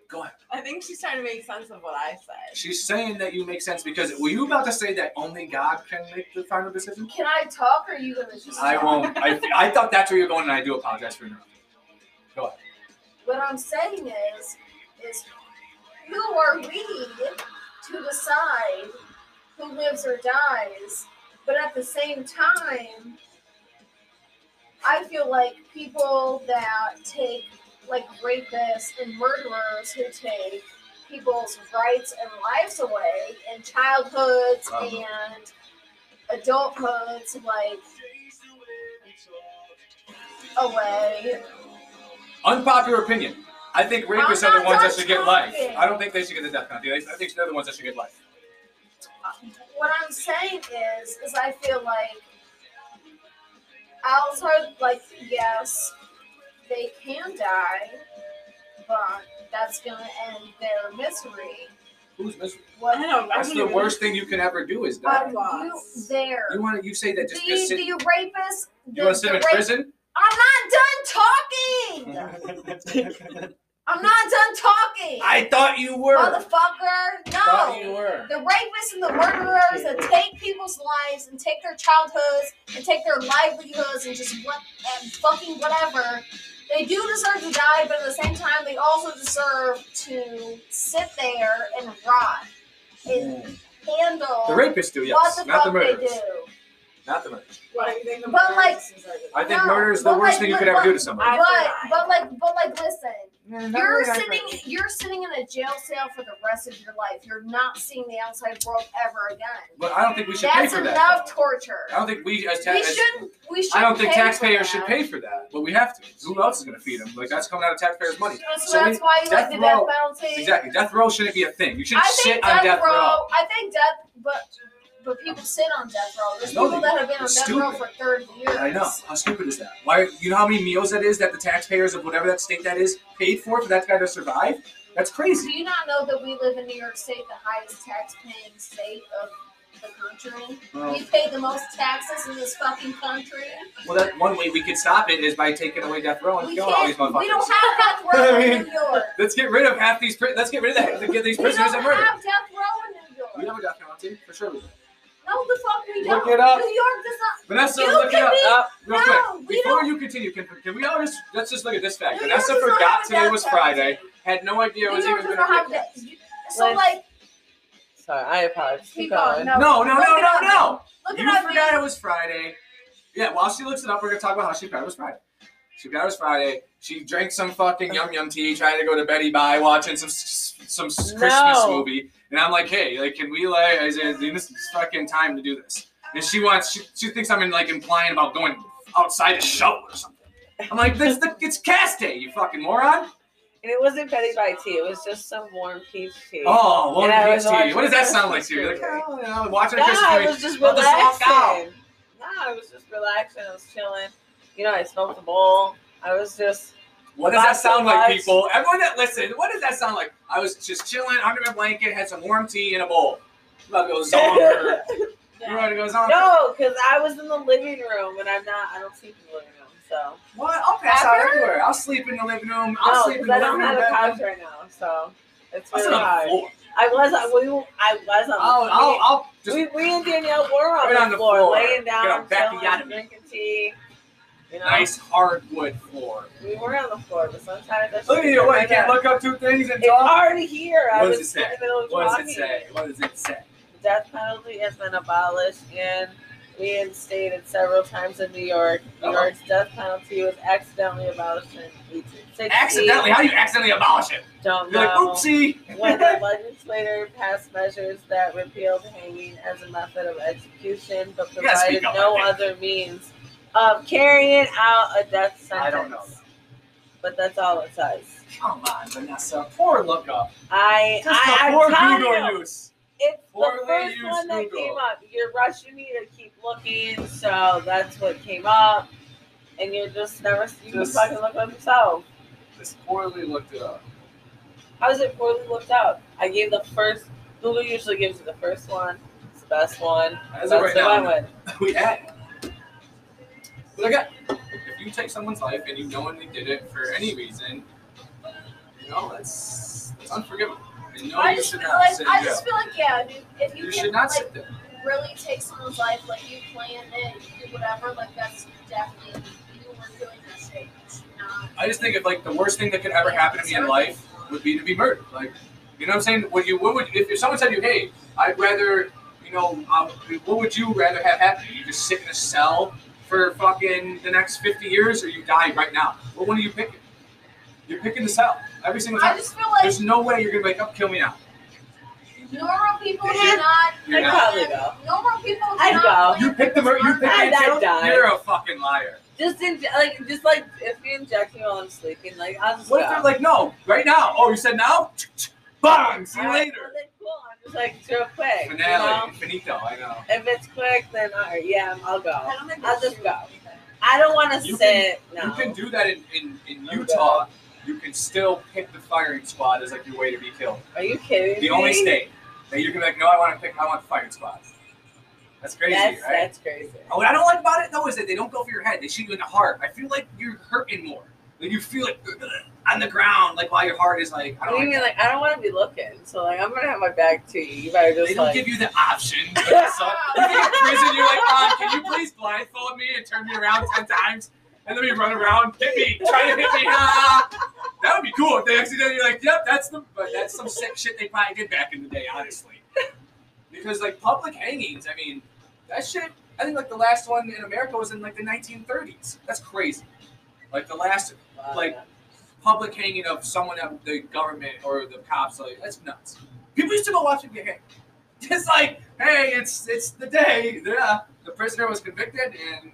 Speaker 1: Go ahead.
Speaker 5: I think she's trying to make sense of what I said.
Speaker 1: She's saying that you make sense because were you about to say that only God can make the final decision?
Speaker 3: Can I talk or are you going to just.
Speaker 1: I
Speaker 3: talk?
Speaker 1: won't. I, I thought that's where you're going, and I do apologize for interrupting. Go ahead.
Speaker 3: What I'm saying is, is who are we to decide who lives or dies? But at the same time, I feel like people that take like rapists and murderers who take people's rights and lives away and childhoods
Speaker 1: Uh-huh.
Speaker 3: and adulthoods like away
Speaker 1: Unpopular opinion. I think rapists
Speaker 3: I'm
Speaker 1: are the
Speaker 3: not
Speaker 1: ones that
Speaker 3: done
Speaker 1: should get life.
Speaker 3: talking.
Speaker 1: I don't think they should get the death penalty. I think they're the ones that should get life.
Speaker 3: what I'm saying is, is I feel like outside, like yes, they can die, but that's gonna end their misery.
Speaker 1: Who's miserable?
Speaker 5: I
Speaker 3: What
Speaker 5: don't.
Speaker 1: That's the worst thing you can ever do is
Speaker 3: are
Speaker 1: die.
Speaker 3: you
Speaker 5: Lots.
Speaker 3: there?
Speaker 1: You want to? You say that just
Speaker 3: the,
Speaker 1: to sit.
Speaker 3: the rapist. The,
Speaker 1: You want to sit
Speaker 3: the
Speaker 1: in
Speaker 3: rape-
Speaker 1: prison?
Speaker 3: I'm not
Speaker 1: Hmm.
Speaker 3: done talking. I'm not done talking.
Speaker 1: [laughs] I thought you were.
Speaker 3: Motherfucker, no.
Speaker 1: Thought you were.
Speaker 3: The rapists and the murderers that take people's lives and take their childhoods and take their livelihoods and just what and fucking whatever. They do deserve to die, but at the same time, they also deserve to sit there and rot and handle
Speaker 1: The rapists do, yes.
Speaker 3: what the
Speaker 1: not
Speaker 3: fuck
Speaker 1: the
Speaker 3: they
Speaker 1: murderers.
Speaker 3: do.
Speaker 1: Not the murderers.
Speaker 5: What do you think? the
Speaker 3: But, like,
Speaker 5: murders is like-
Speaker 1: I think
Speaker 3: No,
Speaker 1: murder is the
Speaker 3: but
Speaker 1: worst
Speaker 3: like-
Speaker 1: thing you
Speaker 3: but-
Speaker 1: could ever do to
Speaker 3: but-
Speaker 1: someone.
Speaker 5: I-
Speaker 3: But
Speaker 5: feel
Speaker 3: but like but like listen, you're
Speaker 4: You're
Speaker 3: sitting you're sitting in a jail cell for the rest of your life. You're not seeing the outside world ever again.
Speaker 1: But I don't think we should pay
Speaker 3: That's
Speaker 1: for
Speaker 3: enough
Speaker 1: that.
Speaker 3: torture.
Speaker 1: I don't think we as, ta-
Speaker 3: We
Speaker 1: as-
Speaker 3: shouldn't. We should.
Speaker 1: I don't think
Speaker 3: pay for
Speaker 1: taxpayers should
Speaker 3: that.
Speaker 1: pay for that, but we have to. Who else is going to feed them? Like that's coming out of taxpayers' money.
Speaker 3: So, that's-
Speaker 1: So we-
Speaker 3: that's why you
Speaker 1: death
Speaker 3: like the
Speaker 1: row-
Speaker 3: death penalty.
Speaker 1: Exactly. Death row shouldn't be a thing. You shouldn't
Speaker 3: I
Speaker 1: sit
Speaker 3: think
Speaker 1: on
Speaker 3: death
Speaker 1: death row.
Speaker 3: I think death, but but people sit on death row. There's
Speaker 1: No,
Speaker 3: people
Speaker 1: they-
Speaker 3: that have been on death row
Speaker 1: stupid.
Speaker 3: for 30 years.
Speaker 1: I know. How stupid is that? Why? You know how many meals that is that the taxpayers of whatever that state that is paid for for that guy to survive? That's
Speaker 3: Do
Speaker 1: crazy.
Speaker 3: you not know that we live in New York State, the highest tax paying state of the country?
Speaker 1: Well,
Speaker 3: We pay the most taxes in this fucking country.
Speaker 1: well, that one way we could stop it is by taking away death row and
Speaker 3: We,
Speaker 1: killing all these
Speaker 3: can't,
Speaker 1: motherfuckers.
Speaker 3: we don't have
Speaker 1: [laughs]
Speaker 3: death row
Speaker 1: I
Speaker 3: in
Speaker 1: mean,
Speaker 3: New York.
Speaker 1: Let's get rid of half these. pri- Let's get rid of that. Let's get these
Speaker 3: We don't
Speaker 1: prisoners
Speaker 3: have
Speaker 1: that murder.
Speaker 3: death row in New York.
Speaker 1: We have a death penalty for sure. We do.
Speaker 3: No, the fuck we
Speaker 1: Look
Speaker 3: don't.
Speaker 1: it up.
Speaker 3: New York does not.
Speaker 1: Vanessa,
Speaker 3: You
Speaker 1: look it
Speaker 3: can
Speaker 1: up.
Speaker 3: be-
Speaker 4: Oh,
Speaker 1: Uh, real quick.
Speaker 3: no, we
Speaker 1: Before
Speaker 3: don't.
Speaker 1: you continue, can, can we all just let's just look at this fact?
Speaker 3: New
Speaker 1: Vanessa
Speaker 3: York does not
Speaker 1: forgot
Speaker 3: have a
Speaker 1: today
Speaker 3: death
Speaker 1: was
Speaker 3: penalty.
Speaker 1: Friday. Had no idea it
Speaker 3: New
Speaker 1: was
Speaker 3: York
Speaker 1: even
Speaker 3: does
Speaker 1: going
Speaker 3: not
Speaker 1: to
Speaker 3: have
Speaker 1: be.
Speaker 3: death. So
Speaker 4: Let's-
Speaker 3: like,
Speaker 4: Sorry, I apologize. Keep
Speaker 3: keep going.
Speaker 4: going.
Speaker 1: No,
Speaker 3: No,
Speaker 1: no,
Speaker 3: Look
Speaker 1: no,
Speaker 3: it
Speaker 1: no,
Speaker 3: up.
Speaker 1: no.
Speaker 3: look
Speaker 1: You
Speaker 3: at our
Speaker 1: forgot it was Friday. Yeah, while she looks it up, we're gonna talk about how she forgot it was Friday. She forgot it was Friday. She drank some fucking yum yum tea, trying to go to Betty Bye, watching some s- s- some s- Christmas
Speaker 4: No.
Speaker 1: movie, and I'm like, hey, like, can we like, is it in this fucking time to do this? And she wants, she, she thinks I'm in, like implying about going outside to show or something. I'm like, this the, it's cast day, you fucking moron.
Speaker 4: And it wasn't Betty by tea. It was just some warm peach tea.
Speaker 1: Oh, Lord
Speaker 4: And I
Speaker 1: of
Speaker 4: was
Speaker 1: the Rings tea.
Speaker 4: watching
Speaker 1: What does that sound like
Speaker 4: Christmas
Speaker 1: to you? You're Like,
Speaker 4: movie.
Speaker 1: oh, you know, watching a
Speaker 4: Nah,
Speaker 1: Christmas
Speaker 4: I
Speaker 1: movie.
Speaker 4: was just
Speaker 1: Let the song out.
Speaker 4: relaxing. Nah, I was just relaxing. I was chilling. You know, I smoked a bowl. I was just
Speaker 1: What does that
Speaker 4: Lots of
Speaker 1: sound like,
Speaker 4: lights.
Speaker 1: people? Everyone that listened, what does that sound like? I was just chilling under my blanket, had some warm tea in a bowl. Love
Speaker 4: [laughs]
Speaker 1: goes on. for- You know what it goes on? for?
Speaker 4: no, because I was in the living room and I'm not. I don't sleep in the living room, so
Speaker 1: What? I'll pass out
Speaker 4: Ever?
Speaker 1: everywhere. I'll sleep in the living room. I'll
Speaker 4: no,
Speaker 1: sleep in
Speaker 4: because
Speaker 1: the
Speaker 4: I
Speaker 1: living
Speaker 4: don't
Speaker 1: room.
Speaker 4: have a
Speaker 1: bedroom.
Speaker 4: couch right now, so it's
Speaker 1: I'll sit
Speaker 4: really
Speaker 1: on the
Speaker 4: hard.
Speaker 1: floor.
Speaker 4: I was. I, we, I was on.
Speaker 1: I'll,
Speaker 4: the
Speaker 1: I'll, I'll Oh, just.
Speaker 4: Oh, we, we and Danielle were on,
Speaker 1: Right
Speaker 4: the,
Speaker 1: on the
Speaker 4: floor,
Speaker 1: floor.
Speaker 4: laying
Speaker 1: Get a
Speaker 4: down,
Speaker 1: back
Speaker 4: chilling,
Speaker 1: yada.
Speaker 4: drinking tea. You know,
Speaker 1: Nice hardwood floor.
Speaker 4: we were on the floor, but sometimes that's
Speaker 1: Look at you. What? You can't look up two things and
Speaker 4: It's
Speaker 1: talk?
Speaker 4: already here. I
Speaker 1: What
Speaker 4: was
Speaker 1: does it say?
Speaker 4: in the middle of
Speaker 1: What does
Speaker 4: talking.
Speaker 1: it say? What does it say?
Speaker 4: The death penalty has been abolished and reinstated several times in New York. New
Speaker 1: Oh.
Speaker 4: York's death penalty was accidentally abolished in 1860.
Speaker 1: Accidentally. How do you accidentally abolish it?
Speaker 4: Don't
Speaker 1: You're like,
Speaker 4: know.
Speaker 1: oopsie.
Speaker 4: [laughs] when the legislator passed measures that repealed hanging as a method of execution, but
Speaker 1: You gotta speak
Speaker 4: provided
Speaker 1: up,
Speaker 4: no
Speaker 1: I think.
Speaker 4: other means of carrying out a death sentence.
Speaker 1: I don't know.
Speaker 4: But that's all it says.
Speaker 1: Come on, Vanessa. Poor look up.
Speaker 4: I,
Speaker 1: Just a
Speaker 4: I, I'm
Speaker 1: poor
Speaker 4: telling
Speaker 1: Google
Speaker 4: you,
Speaker 1: use.
Speaker 4: it's the
Speaker 1: Poorly
Speaker 4: first
Speaker 1: used
Speaker 4: one that
Speaker 1: Google.
Speaker 4: came up. You're rushing me to keep looking, so that's what came up. And you're just never,
Speaker 1: Just-
Speaker 4: you just fucking look up yourself.
Speaker 1: Just poorly looked it up.
Speaker 4: How is it poorly looked up? I gave the first. Google usually gives you the first one. It's the best one.
Speaker 1: As of
Speaker 4: That's
Speaker 1: right
Speaker 4: the
Speaker 1: now,
Speaker 4: one
Speaker 1: [laughs]
Speaker 4: with.
Speaker 1: we at. But again, if you take someone's life and you knowingly did it for any reason, you know that's that's unforgivable. And no,
Speaker 3: I
Speaker 1: you
Speaker 3: just
Speaker 1: should
Speaker 3: feel
Speaker 1: not
Speaker 3: like
Speaker 1: sit
Speaker 3: I
Speaker 1: in
Speaker 3: just
Speaker 1: jail.
Speaker 3: feel like yeah, dude, if you,
Speaker 1: You
Speaker 3: can
Speaker 1: should not
Speaker 3: like
Speaker 1: sit there.
Speaker 3: really take someone's life, like you planned it, you do whatever, like that's definitely you were doing this. Like, it's not-
Speaker 1: I just think if like the worst thing that could ever happen to me in life would be to be murdered. Like, you know what I'm saying? Would you? What would if, if someone said to you, "Hey, I'd rather," you know, um, what would you rather have happen? You just sit in a cell for fucking the next 50 years, or you die right now? What one are you picking? You're picking the cell every single
Speaker 3: I
Speaker 1: time.
Speaker 3: just feel like
Speaker 1: There's no way you're gonna wake up, kill me now.
Speaker 3: normal people
Speaker 1: Yeah.
Speaker 3: do not.
Speaker 1: You're
Speaker 4: I'd
Speaker 1: not.
Speaker 4: probably go.
Speaker 3: Normal people do
Speaker 4: I'd
Speaker 3: not.
Speaker 4: go.
Speaker 3: plan
Speaker 1: You picked the murder. You picked the
Speaker 4: I'd
Speaker 1: intent.
Speaker 4: die.
Speaker 1: You're a fucking liar.
Speaker 4: Just in, like, just like if you inject me while I'm sleeping, like I'll just
Speaker 1: What
Speaker 4: go.
Speaker 1: if they're like, no, right now? Oh, you said now? Bang! See you
Speaker 4: All right, well,
Speaker 1: later.
Speaker 4: then cool. I'm just like real quick. You know?
Speaker 1: Finale. Finito. I know.
Speaker 4: If it's quick, then all right, yeah, I'll go.
Speaker 5: I don't think
Speaker 4: I'll
Speaker 5: that's
Speaker 4: just
Speaker 5: true.
Speaker 4: go. I don't want to
Speaker 1: You
Speaker 4: sit.
Speaker 1: You
Speaker 4: no.
Speaker 1: can do that in, in, in
Speaker 4: I'm
Speaker 1: Utah. You can still pick the firing squad as like your way to be killed.
Speaker 4: Are you kidding me?
Speaker 1: The only state that you can be like, no, I want to pick, I want the firing squad. That's crazy,
Speaker 4: That's
Speaker 1: right?
Speaker 4: that's crazy.
Speaker 1: Oh, What I don't like about it though is that they don't go for your head; they shoot you in the heart. I feel like you're hurting more. Like you feel it on the ground, like while your heart is like. I
Speaker 4: What
Speaker 1: don't
Speaker 4: do you
Speaker 1: like
Speaker 4: mean? Like I don't want to be looking. So like I'm gonna have my back to you. You better
Speaker 1: that.
Speaker 4: just
Speaker 1: They don't
Speaker 4: like.
Speaker 1: give you the option. but it's
Speaker 4: [laughs]
Speaker 1: so- You're in prison. You're like, um, can you please blindfold me and turn me around ten times, and then we run around, hit me, try to hit me. Ah. That would be cool if they accidentally like, yep, that's the, but that's some sick shit they probably did back in the day, honestly. Because like public hangings, I mean, that shit. I think like the last one in America was in like the 1930s. That's crazy. Like the last like- public hanging of someone of the government or the cops. Like that's nuts. People used to go watch it get hanged. [laughs] It's like, hey, it's it's the day. Yeah, the prisoner was convicted and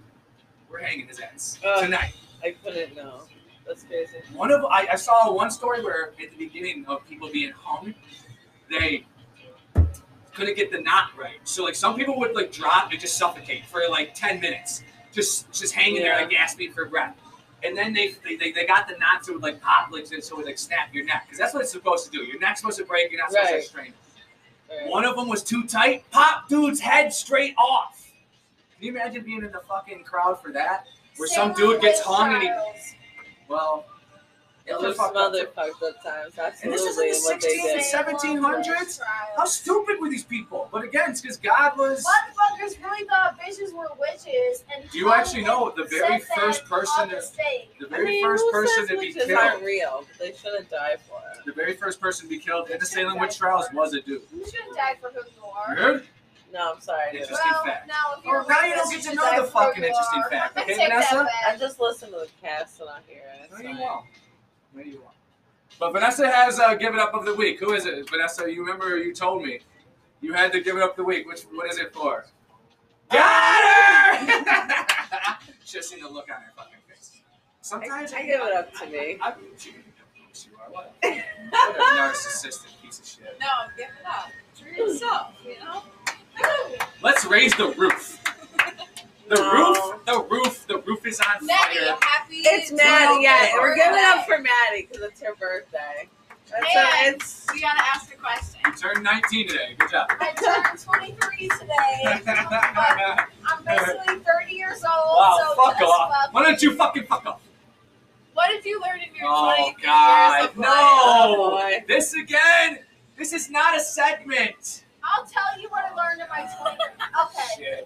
Speaker 1: we're hanging his ass
Speaker 4: Ugh.
Speaker 1: tonight.
Speaker 4: I couldn't know. That's crazy.
Speaker 1: One of I, I saw one story where at the beginning of people being hung, they couldn't get the knot right. So like some people would like drop and just suffocate for like ten minutes, just just hanging there
Speaker 4: Yeah.
Speaker 1: like gasping for breath. And then they they, they, they got the knot to like pop like so it would like snap your neck because that's what it's supposed to do. Your neck's supposed to break. You're not supposed
Speaker 4: Right.
Speaker 1: to strain.
Speaker 4: Right.
Speaker 1: One of them was too tight. Pop dude's head straight off. Can you imagine being in the fucking crowd for that? Where some dude gets hung and he well, it
Speaker 4: Those
Speaker 1: was fucked up.
Speaker 4: mother fucked up times. Absolutely.
Speaker 1: And this is in the
Speaker 4: what they
Speaker 1: 16th and
Speaker 4: did.
Speaker 1: 1700s? How stupid were these people? But again, it's because God was.
Speaker 3: Motherfuckers really thought bitches were witches and
Speaker 1: Do you actually know the very
Speaker 3: said that
Speaker 1: first person
Speaker 3: on
Speaker 1: to-
Speaker 3: the stage.
Speaker 1: The
Speaker 4: I
Speaker 1: very
Speaker 4: mean,
Speaker 1: first
Speaker 4: who
Speaker 1: person
Speaker 4: says
Speaker 1: to be
Speaker 4: witches
Speaker 1: killed.
Speaker 4: aren't real? They shouldn't die for it.
Speaker 1: The very first person to be killed in the Salem witch trials was a dude.
Speaker 3: You shouldn't die for who you are.
Speaker 1: Heard?
Speaker 4: No, I'm sorry. dude.
Speaker 1: It's just- Interesting
Speaker 3: well,
Speaker 1: fact.
Speaker 3: No, if you're
Speaker 1: Oh, now
Speaker 3: a
Speaker 1: you don't
Speaker 3: witch,
Speaker 1: get to
Speaker 3: should
Speaker 1: know
Speaker 3: die
Speaker 1: the
Speaker 3: for who
Speaker 1: fucking
Speaker 3: you
Speaker 1: interesting
Speaker 3: are.
Speaker 1: fact, okay,
Speaker 3: Take that
Speaker 1: Vanessa?
Speaker 3: back.
Speaker 4: I just listened to the cast and I hear it.
Speaker 1: No,
Speaker 4: so-
Speaker 1: you won't. No, you won't. But Vanessa has uh, give it up of the week. Who is it, Vanessa? You remember you told me you had to give it up the week. Which what is it for? Got her! [laughs] Just seen the look on her fucking face. Sometimes
Speaker 4: I- I give it up to me.
Speaker 1: I, I, you are what? a- what a narcissistic piece of shit.
Speaker 5: No, I'm giving up. True yourself, you know?
Speaker 1: Let's raise the roof. The
Speaker 4: No.
Speaker 1: roof, the roof, the roof is on
Speaker 5: Maddie,
Speaker 1: fire.
Speaker 5: happy.
Speaker 4: It's Maddie. Yeah,
Speaker 5: birthday.
Speaker 4: we're giving it up for Maddie because it's her birthday. That's a,
Speaker 5: And-
Speaker 4: it's
Speaker 5: We gotta ask a question.
Speaker 1: You turned 19 today. Good
Speaker 4: [laughs]
Speaker 1: job. [laughs]
Speaker 3: I turned 23 today. but I'm
Speaker 1: [laughs]
Speaker 3: basically 30 years old.
Speaker 1: wow,
Speaker 3: so
Speaker 1: fuck
Speaker 3: just
Speaker 1: off.
Speaker 3: fuck
Speaker 1: Why don't you fucking fuck off?
Speaker 5: What if you learned in your
Speaker 1: Oh,
Speaker 5: 23
Speaker 1: God,
Speaker 5: years of
Speaker 1: no.
Speaker 5: life?
Speaker 1: Oh,
Speaker 4: boy.
Speaker 1: This again? This is not a segment.
Speaker 3: I'll tell you what I learned in my 20s. Okay,
Speaker 1: Shit.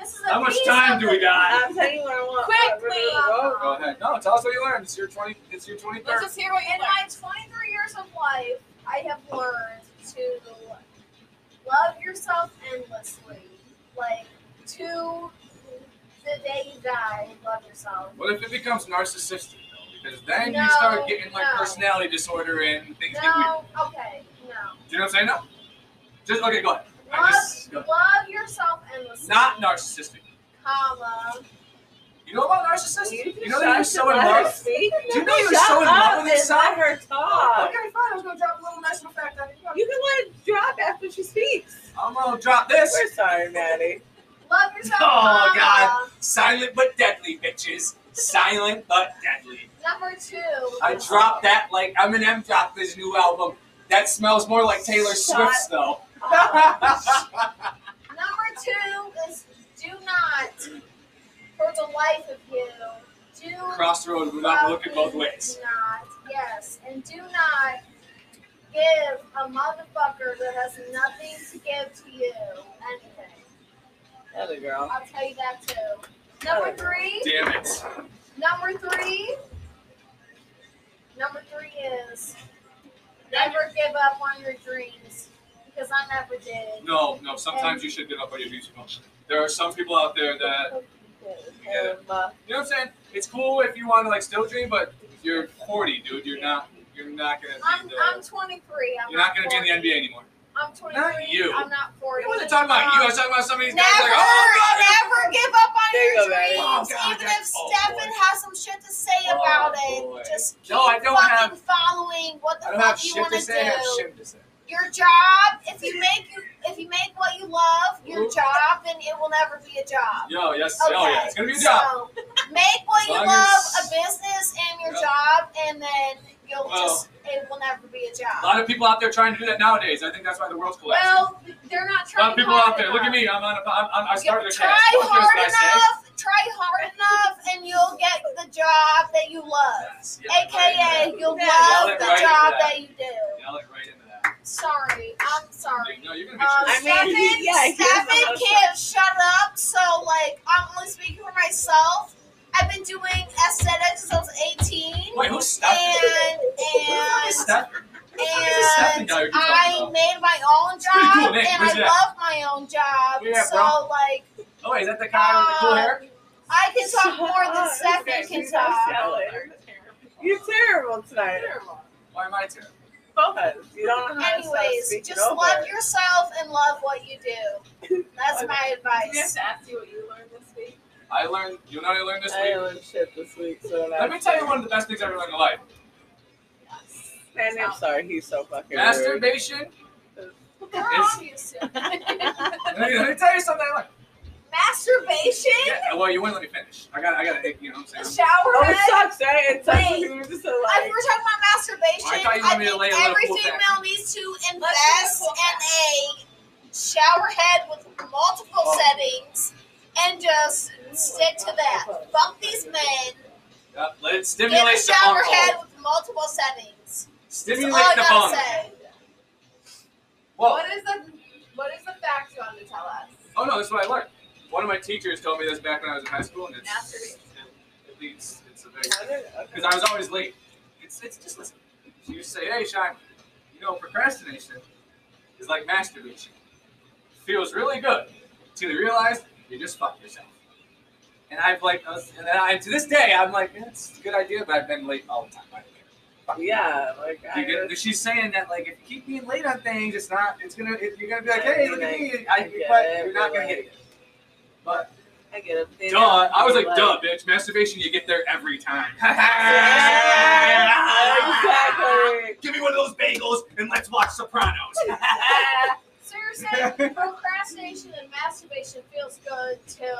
Speaker 3: this is a
Speaker 1: How much
Speaker 3: piece
Speaker 1: time
Speaker 3: of
Speaker 1: do we
Speaker 3: the-
Speaker 1: got? Oh,
Speaker 4: I'm telling you what I want.
Speaker 3: Quickly.
Speaker 4: Go.
Speaker 1: Go ahead. No, tell us what you learned. It's your 20. It's your 23rd.
Speaker 5: Let's just hear what you
Speaker 3: In
Speaker 5: learned.
Speaker 3: my 23 years of life, I have learned to love yourself endlessly. Like, to the day you die, love yourself.
Speaker 1: What if it becomes narcissistic? though? Because then
Speaker 3: No,
Speaker 1: you start getting like
Speaker 3: no.
Speaker 1: personality disorder and things get weird.
Speaker 3: No, okay, no.
Speaker 1: Do you know what I'm saying? No. Just okay. Go ahead. I
Speaker 3: Love,
Speaker 1: just, go.
Speaker 3: love yourself endlessly.
Speaker 1: Not narcissistic.
Speaker 3: comma.
Speaker 1: You know about narcissists? You, know that you're so in
Speaker 4: Let her
Speaker 1: love.
Speaker 4: speak?
Speaker 1: Do you know you're
Speaker 4: Shut
Speaker 1: so in love
Speaker 4: up
Speaker 1: with
Speaker 4: and
Speaker 1: yourself?
Speaker 4: Let her talk.
Speaker 1: Okay, fine. I was gonna drop a little nice little fact on you.
Speaker 4: You can let it drop after she speaks.
Speaker 1: I'm gonna drop this.
Speaker 4: We're sorry, Maddie.
Speaker 3: Love yourself.
Speaker 1: Oh,
Speaker 3: comma.
Speaker 1: God. Silent but deadly, bitches. Silent but deadly.
Speaker 3: Number two.
Speaker 1: I dropped that like Eminem dropped his new album. That smells more like Taylor
Speaker 4: Shut
Speaker 1: Swift's though.
Speaker 5: [laughs]
Speaker 1: [laughs]
Speaker 3: Number two is do not, for the life of you, do
Speaker 1: Crossroad, we're not looking both ways.
Speaker 3: Not yes, and do not give a motherfucker that has nothing to give to you anything.
Speaker 4: Other girl.
Speaker 3: I'll tell you that too. Number three.
Speaker 1: Damn it.
Speaker 3: Number three. Number three is never give up on your dreams because I never did.
Speaker 1: No, no, sometimes you should give up on your music. There are some people out there that Yeah.
Speaker 4: Um, uh,
Speaker 1: you know what I'm saying? It's cool if you want to like still dream, but you're 40, dude. You're not you're not gonna
Speaker 3: I'm
Speaker 1: be
Speaker 3: I'm
Speaker 1: the,
Speaker 3: 23. I'm
Speaker 1: you're not gonna be in the
Speaker 3: 40.
Speaker 1: NBA anymore.
Speaker 3: I'm 23.
Speaker 1: Not you.
Speaker 3: I'm not 40.
Speaker 1: You wasn't talking about you, I
Speaker 3: Um,
Speaker 1: was talking about some of these guys
Speaker 5: Never,
Speaker 1: like, oh God,
Speaker 5: never give up on
Speaker 4: There you
Speaker 5: your
Speaker 4: go, Maddie.
Speaker 1: Oh,
Speaker 5: dreams,
Speaker 1: God,
Speaker 5: even if
Speaker 1: that's- oh,
Speaker 5: Stefan
Speaker 1: boy.
Speaker 5: has some shit to say
Speaker 1: Oh,
Speaker 5: about
Speaker 1: boy.
Speaker 5: it. Just keep
Speaker 1: No, I don't
Speaker 5: fucking
Speaker 1: have-
Speaker 5: following what
Speaker 1: I
Speaker 5: the
Speaker 1: don't have
Speaker 5: fuck you
Speaker 1: shit
Speaker 5: want
Speaker 1: to
Speaker 5: to
Speaker 1: say. I have
Speaker 5: do.
Speaker 1: shit to say.
Speaker 5: Your job, if you make you, if you make what you love your
Speaker 1: Oop.
Speaker 5: job, then it will never be a job.
Speaker 1: Yo, yes,
Speaker 5: Okay.
Speaker 1: oh yeah, it's gonna be a job.
Speaker 5: So make what you
Speaker 1: As long
Speaker 5: love
Speaker 1: as-
Speaker 5: a business and your
Speaker 1: Yeah.
Speaker 5: job, and then you'll
Speaker 1: Well.
Speaker 5: just it will never be a
Speaker 1: A
Speaker 5: job.
Speaker 1: lot of people out there trying to do that nowadays. I think that's why the world's collapsing.
Speaker 3: Well, they're
Speaker 1: a
Speaker 3: not
Speaker 1: lot
Speaker 3: trying.
Speaker 1: of people
Speaker 3: hard
Speaker 1: out there. Look at
Speaker 3: enough.
Speaker 1: me. I'm on. A, I'm, I'm, I
Speaker 5: Try
Speaker 1: started a cast. Who cares
Speaker 5: hard
Speaker 1: what I
Speaker 5: enough, try hard enough, and you'll get the job that you love.
Speaker 1: say? Yes, yell it right
Speaker 5: AKA,
Speaker 1: into
Speaker 5: you'll
Speaker 4: Yeah.
Speaker 5: love the
Speaker 1: Right into
Speaker 5: job
Speaker 1: that.
Speaker 5: that you do.
Speaker 1: that. Yell it right into that.
Speaker 3: Sorry, I'm sorry.
Speaker 1: No, you're gonna
Speaker 5: Um,
Speaker 1: make
Speaker 4: I
Speaker 1: sure.
Speaker 5: Stefan,
Speaker 4: mean, yeah, he has a lot
Speaker 5: Stefan
Speaker 4: of
Speaker 5: can't shut up, so like, I'm only speaking for myself. I've been doing aesthetics since I was 18,
Speaker 1: Wait, who's Stefan?
Speaker 5: and
Speaker 1: Who the fuck is
Speaker 5: and
Speaker 1: Stefan? Who the fuck is Stefan
Speaker 5: and
Speaker 1: guy we keep talking
Speaker 5: I
Speaker 1: about?
Speaker 5: made my own
Speaker 1: It's a pretty cool
Speaker 5: job,
Speaker 1: name.
Speaker 5: and
Speaker 1: Where's
Speaker 5: I
Speaker 1: it at?
Speaker 5: love my own job.
Speaker 1: Where you at,
Speaker 5: so
Speaker 1: bro?
Speaker 5: like,
Speaker 1: Oh, wait, is that the guy with the
Speaker 5: uh,
Speaker 1: cool hair?
Speaker 5: I can talk
Speaker 4: Shut
Speaker 5: more than
Speaker 4: up.
Speaker 5: Stefan
Speaker 4: You're
Speaker 5: can
Speaker 4: so
Speaker 5: talk.
Speaker 4: silly. You're terrible tonight.
Speaker 1: Why am I terrible?
Speaker 4: Both. You don't know how to stop
Speaker 5: Anyways,
Speaker 4: speaking
Speaker 5: just
Speaker 4: over.
Speaker 5: love yourself and love what you do. That's my advice.
Speaker 2: to ask you what you learned this week?
Speaker 5: [laughs]
Speaker 1: I learned. You know what I learned this
Speaker 4: I
Speaker 1: week?
Speaker 5: Oh,
Speaker 4: didn't learn shit this week, so I'm
Speaker 1: Let me tell you one of the best things I ever learned in life:
Speaker 4: And I'm sorry, he's so fucking rude.
Speaker 1: masturbation
Speaker 6: They're
Speaker 1: It's-
Speaker 6: obvious.
Speaker 1: Let me, let me tell you something. I like.
Speaker 3: Masturbation?
Speaker 1: Yeah, well, you wouldn't let me finish. I got, I got, you know what I'm
Speaker 3: The
Speaker 1: saying.
Speaker 3: shower
Speaker 4: Oh,
Speaker 3: head?
Speaker 4: it sucks, right? It sucks
Speaker 3: Wait.
Speaker 4: because we were just so
Speaker 3: If
Speaker 4: like.
Speaker 3: we're talking about masturbation,
Speaker 1: I thought you wanted me to lay
Speaker 3: think
Speaker 1: a little
Speaker 3: every
Speaker 1: pool back.
Speaker 3: female needs to
Speaker 6: Let's
Speaker 3: invest
Speaker 6: do a pool
Speaker 3: in a shower head with multiple
Speaker 1: Oh.
Speaker 3: settings and just stick to that. Fuck these men.
Speaker 1: Yeah, let it
Speaker 3: Get
Speaker 1: stimulate
Speaker 3: a
Speaker 1: the
Speaker 3: shower
Speaker 1: butthole.
Speaker 3: head Oh, with multiple settings. That's
Speaker 1: Stimulate
Speaker 3: all I
Speaker 1: the
Speaker 3: gotta
Speaker 1: bone.
Speaker 3: say.
Speaker 1: Well,
Speaker 6: What is the what is the fact you want to tell us?
Speaker 1: oh no, that's what I learned. One of my teachers told me this back when I was in high school, and it's
Speaker 6: Masturbate.
Speaker 1: it, it leads. It's a very
Speaker 4: Okay.
Speaker 1: because I was always late. It's it's just listen. She used to say, "Hey, Shine, you know procrastination is like masturbation. Feels really good until you realize you just fucked yourself." And I've like, I was- and then I to this day I'm like, "That's a good idea," but I've been late all the time. I don't care. Fuck.
Speaker 4: Yeah, like I,
Speaker 1: You get- she's saying that like if you keep being late on things, it's not. It's gonna. It, you're gonna be like, "Hey, look at me!" I,
Speaker 4: I get
Speaker 1: but
Speaker 4: it,
Speaker 1: you're not
Speaker 4: but,
Speaker 1: gonna
Speaker 4: like,
Speaker 1: get it. But
Speaker 4: I get it. They
Speaker 1: duh,
Speaker 4: know,
Speaker 1: I was
Speaker 4: they're
Speaker 1: like, "Duh, bitch! Masturbation, you get there every [laughs] time."
Speaker 4: Yeah, exactly.
Speaker 1: Give me one of those bagels and let's watch Sopranos.
Speaker 6: So you're saying procrastination and masturbation feels good till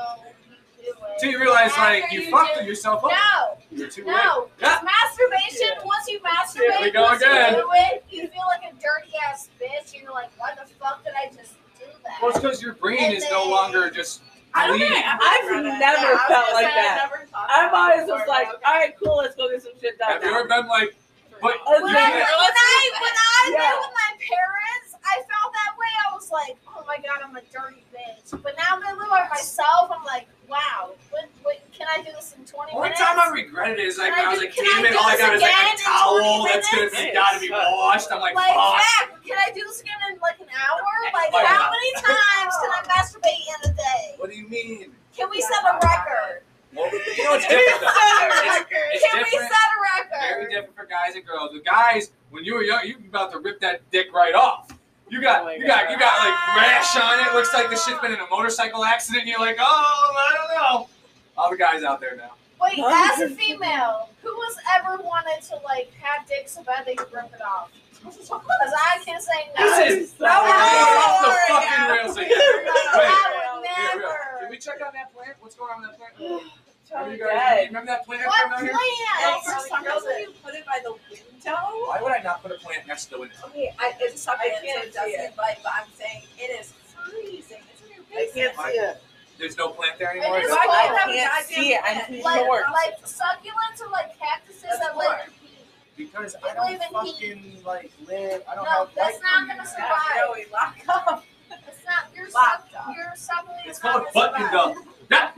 Speaker 6: you do it.
Speaker 1: [laughs] Till you realize
Speaker 6: After
Speaker 1: like you,
Speaker 6: you
Speaker 1: fucked
Speaker 6: do-
Speaker 1: yourself up.
Speaker 6: No,
Speaker 1: You're too late.
Speaker 6: no. 'Cause Masturbation,
Speaker 4: Yeah.
Speaker 6: once you
Speaker 1: Here we
Speaker 6: masturbate,
Speaker 1: go
Speaker 6: once
Speaker 1: again.
Speaker 6: you do it, you feel like a dirty ass bitch and you're like, why the fuck did I just do that?
Speaker 1: Well, it's because your brain
Speaker 3: And
Speaker 1: is no
Speaker 3: then-
Speaker 1: longer just.
Speaker 4: I don't
Speaker 1: clean.
Speaker 4: think I- I've never felt like that. I'm always just like, all right, cool, let's go get some shit done.
Speaker 1: Have you
Speaker 4: now.
Speaker 1: ever been like, but
Speaker 4: Let's
Speaker 3: When
Speaker 4: do
Speaker 3: I,
Speaker 1: Yeah.
Speaker 3: when
Speaker 4: it.
Speaker 3: I, when I
Speaker 4: Yeah.
Speaker 3: lived with my parents, I felt that way. I was like, oh my god, I'm a dirty bitch. But now that I live by myself, I'm like, wow, when, when, can I do this in 20
Speaker 1: One
Speaker 3: minutes?
Speaker 1: time I regretted it is like
Speaker 3: Can
Speaker 1: I,
Speaker 3: I
Speaker 1: was
Speaker 3: do-
Speaker 1: like,
Speaker 3: can
Speaker 1: damn
Speaker 3: I
Speaker 1: it,
Speaker 3: do
Speaker 1: all I
Speaker 3: this
Speaker 1: got is like a
Speaker 3: again in 20
Speaker 1: towel that's gonna
Speaker 4: minutes?
Speaker 1: be, gotta be washed. I'm like,
Speaker 3: like,
Speaker 1: fuck.
Speaker 3: Zach, can I do this again in like an hour? Like,
Speaker 1: Like-
Speaker 3: how many times can I masturbate in a day?
Speaker 1: What do you mean?
Speaker 3: Can we set a record?
Speaker 1: Well, you know it's different though. It's, it's
Speaker 3: Can we
Speaker 1: different.
Speaker 3: set a record?
Speaker 1: Very different for guys and girls. The guys, when you were young, you about to rip that dick right off. You got,
Speaker 4: Oh my
Speaker 1: you got,
Speaker 4: God.
Speaker 1: you got like rash on it. Looks like the shit's been in a motorcycle accident. And you're like, oh, I don't know. All the guys out there now.
Speaker 3: Wait,
Speaker 4: No.
Speaker 3: as a female, who has ever wanted to like have dick so bad they could rip it off? Because I can say no.
Speaker 1: This is now we're going off the fucking rails again.
Speaker 3: I would
Speaker 1: Wait, wait,
Speaker 3: never.
Speaker 1: Can we check on that plant? What's going on with that plant? Remember,
Speaker 4: Totally
Speaker 1: you guys-
Speaker 4: dead.
Speaker 1: remember that plant
Speaker 3: What
Speaker 1: coming out
Speaker 3: plan?
Speaker 1: here?
Speaker 3: Yes.
Speaker 5: for some reason, you put it by the window.
Speaker 1: Why would I not put a plant next to the window?
Speaker 5: Okay, I, it's a
Speaker 4: I
Speaker 5: sucker, so
Speaker 4: can't
Speaker 5: it
Speaker 4: see
Speaker 5: doesn't
Speaker 4: it.
Speaker 5: bite, but I'm saying it is freezing. It's in your
Speaker 4: I
Speaker 5: face.
Speaker 4: can't see it.
Speaker 1: There's no plant there anymore.
Speaker 3: It is
Speaker 1: Is that-
Speaker 3: cold.
Speaker 4: I
Speaker 3: I
Speaker 4: can't see it. I'm too
Speaker 3: Like,
Speaker 4: short.
Speaker 3: like succulents or like cactuses
Speaker 5: That's
Speaker 3: that
Speaker 5: more.
Speaker 3: let you pee.
Speaker 1: Because
Speaker 3: It
Speaker 1: I don't
Speaker 3: live in
Speaker 1: fucking like live. I don't
Speaker 3: No,
Speaker 1: have.
Speaker 3: that's
Speaker 1: life
Speaker 3: not
Speaker 1: for
Speaker 3: gonna
Speaker 1: you.
Speaker 3: survive.
Speaker 5: Yeah, no, we lock
Speaker 4: [laughs]
Speaker 5: up.
Speaker 3: It's not your
Speaker 5: Wow.
Speaker 3: suck. Your succulent
Speaker 1: It's
Speaker 3: is
Speaker 1: called
Speaker 3: not
Speaker 1: button
Speaker 3: gonna
Speaker 1: up. That.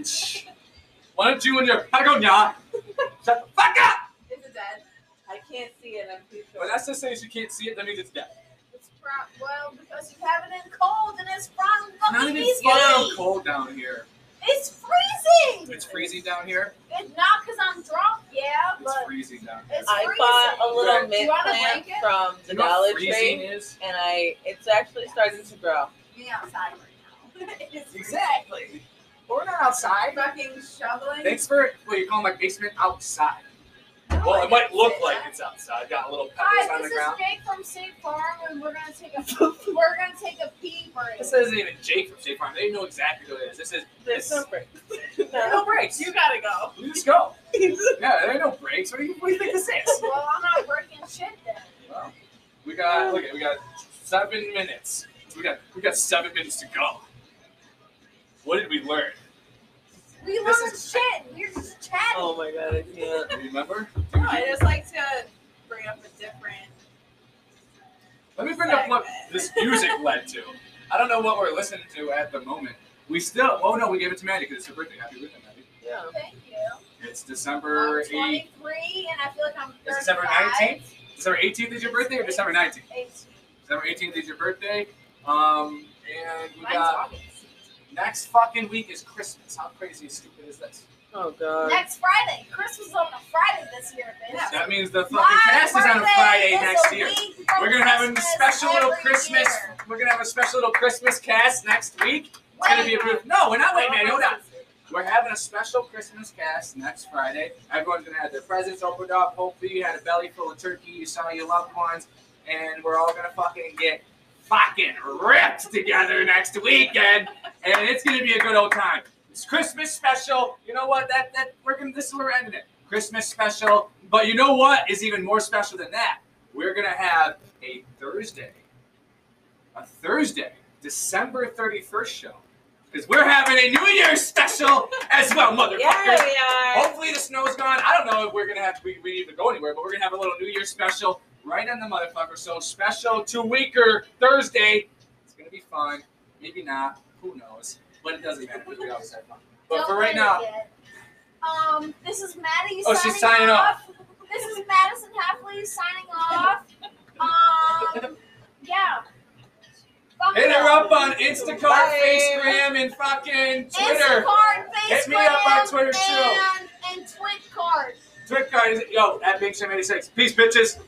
Speaker 1: Why don't you and your Patagonia shut the fuck up?
Speaker 5: Is it dead?
Speaker 4: I can't see it. I'm too
Speaker 1: But
Speaker 4: short.
Speaker 1: that's just saying she can't see it. That means it's dead.
Speaker 3: survive. It's pro- well because you have it in cold and it's from
Speaker 1: Not
Speaker 3: fucking
Speaker 1: even
Speaker 3: these
Speaker 1: fucking cold down here.
Speaker 3: It's freezing.
Speaker 1: It's freezing down here.
Speaker 3: It's not because I'm drunk. Yeah,
Speaker 1: It's
Speaker 3: but
Speaker 1: freezing down.
Speaker 3: it's
Speaker 4: I
Speaker 3: freezing.
Speaker 4: bought a little
Speaker 1: Right.
Speaker 4: mint
Speaker 3: You want a
Speaker 4: plant
Speaker 3: blanket?
Speaker 4: from the
Speaker 1: You know what
Speaker 4: Dollar
Speaker 1: freezing
Speaker 4: Tree,
Speaker 1: is?
Speaker 4: and I it's actually starting to grow.
Speaker 5: Being outside right now. [laughs] It's
Speaker 1: Exactly. We're not outside.
Speaker 5: Fucking shoveling.
Speaker 1: Thanks for what you call my basement outside. Well, it might look like it's outside. Got little
Speaker 3: Hi,
Speaker 1: pebbles on the
Speaker 3: this is
Speaker 1: ground.
Speaker 3: Jake from State Farm, and we're gonna take a we're gonna take a pee break.
Speaker 1: This isn't even Jake from State Farm. They know exactly who it is. This is
Speaker 4: There's no break.
Speaker 1: no breaks. You
Speaker 5: gotta go.
Speaker 1: you just [laughs] go. Yeah, there are no breaks. What do you, what do you think this is?
Speaker 3: Well, I'm not working shit then.
Speaker 1: Well, we got look at we got seven minutes. We got we got seven minutes to go. What did we learn?
Speaker 3: We
Speaker 1: This
Speaker 3: learned
Speaker 1: is-
Speaker 3: shit. We're just chatting.
Speaker 4: [laughs] Oh my god, I can't.
Speaker 1: Do you remember?
Speaker 5: No, I just like to bring up a different.
Speaker 1: Let me bring up what this music led to. I don't know what we're listening to at the moment. We still oh no, we gave it to Maddie because it's her birthday. Happy birthday, Maddie.
Speaker 4: Yeah.
Speaker 3: Thank you.
Speaker 1: It's
Speaker 3: I'm
Speaker 1: December Oh. eight
Speaker 3: 23, and I feel like I'm 35.
Speaker 1: Is December 19th? December eighteenth is your birthday or December nineteenth?
Speaker 3: 18.
Speaker 1: December eighteenth is your birthday. Um and we
Speaker 5: Mine's
Speaker 1: got
Speaker 5: August.
Speaker 1: Next fucking week is Christmas. How crazy and stupid is this?
Speaker 4: Oh god.
Speaker 3: Next Friday. Christmas is on a Friday this year, bitch.
Speaker 5: Yeah.
Speaker 1: That means the fucking
Speaker 3: My
Speaker 1: cast is on a
Speaker 3: birthday
Speaker 1: Friday
Speaker 3: is
Speaker 1: next
Speaker 3: a
Speaker 1: year.
Speaker 3: week from
Speaker 1: We're gonna have a
Speaker 3: Christmas
Speaker 1: special little
Speaker 3: every
Speaker 1: Christmas.
Speaker 3: year.
Speaker 1: We're gonna have a special little Christmas cast next week. It's gonna be a
Speaker 3: Wait.
Speaker 1: beautiful. No, we're not waiting, man. Hold on. We're having a special Christmas cast next Friday. Everyone's gonna have their presents opened up. Hopefully, you had a belly full of turkey. You saw your loved ones, and we're all gonna fucking get fucking ripped together next weekend, and it's gonna be a good old time. It's Christmas special. You know what? That that we're gonna this is where we're ending it. Christmas special. But you know what is even more special than that? We're gonna have a Thursday, a Thursday, December thirty first show, because we're having a New Year's special as well, motherfuckers.
Speaker 4: Yeah, we are.
Speaker 1: Hopefully the snow's gone. I don't know if we're gonna have to, we, we need to go anywhere, but we're gonna have a little New Year special right on the motherfucker. So special two weeker Thursday. It's gonna be fun. Maybe not. Who knows? But it doesn't matter because we always have fun. But
Speaker 3: Don't
Speaker 1: for right
Speaker 3: win
Speaker 1: now,
Speaker 3: yet. Um, this is Maddie
Speaker 1: Oh,
Speaker 3: signing
Speaker 1: she's signing
Speaker 3: off. This is Madison Heffley signing off. Um, yeah. Fuck
Speaker 1: hit her
Speaker 3: yeah.
Speaker 1: up on Instacart,
Speaker 4: Bye.
Speaker 1: Instagram, and fucking Twitter.
Speaker 3: Instacart,
Speaker 1: Hit me up on
Speaker 3: Facebook,
Speaker 1: Twitter, too.
Speaker 3: and, and Twitcard.
Speaker 1: Twitch card is yo at Big Sam eighty six. Peace, bitches.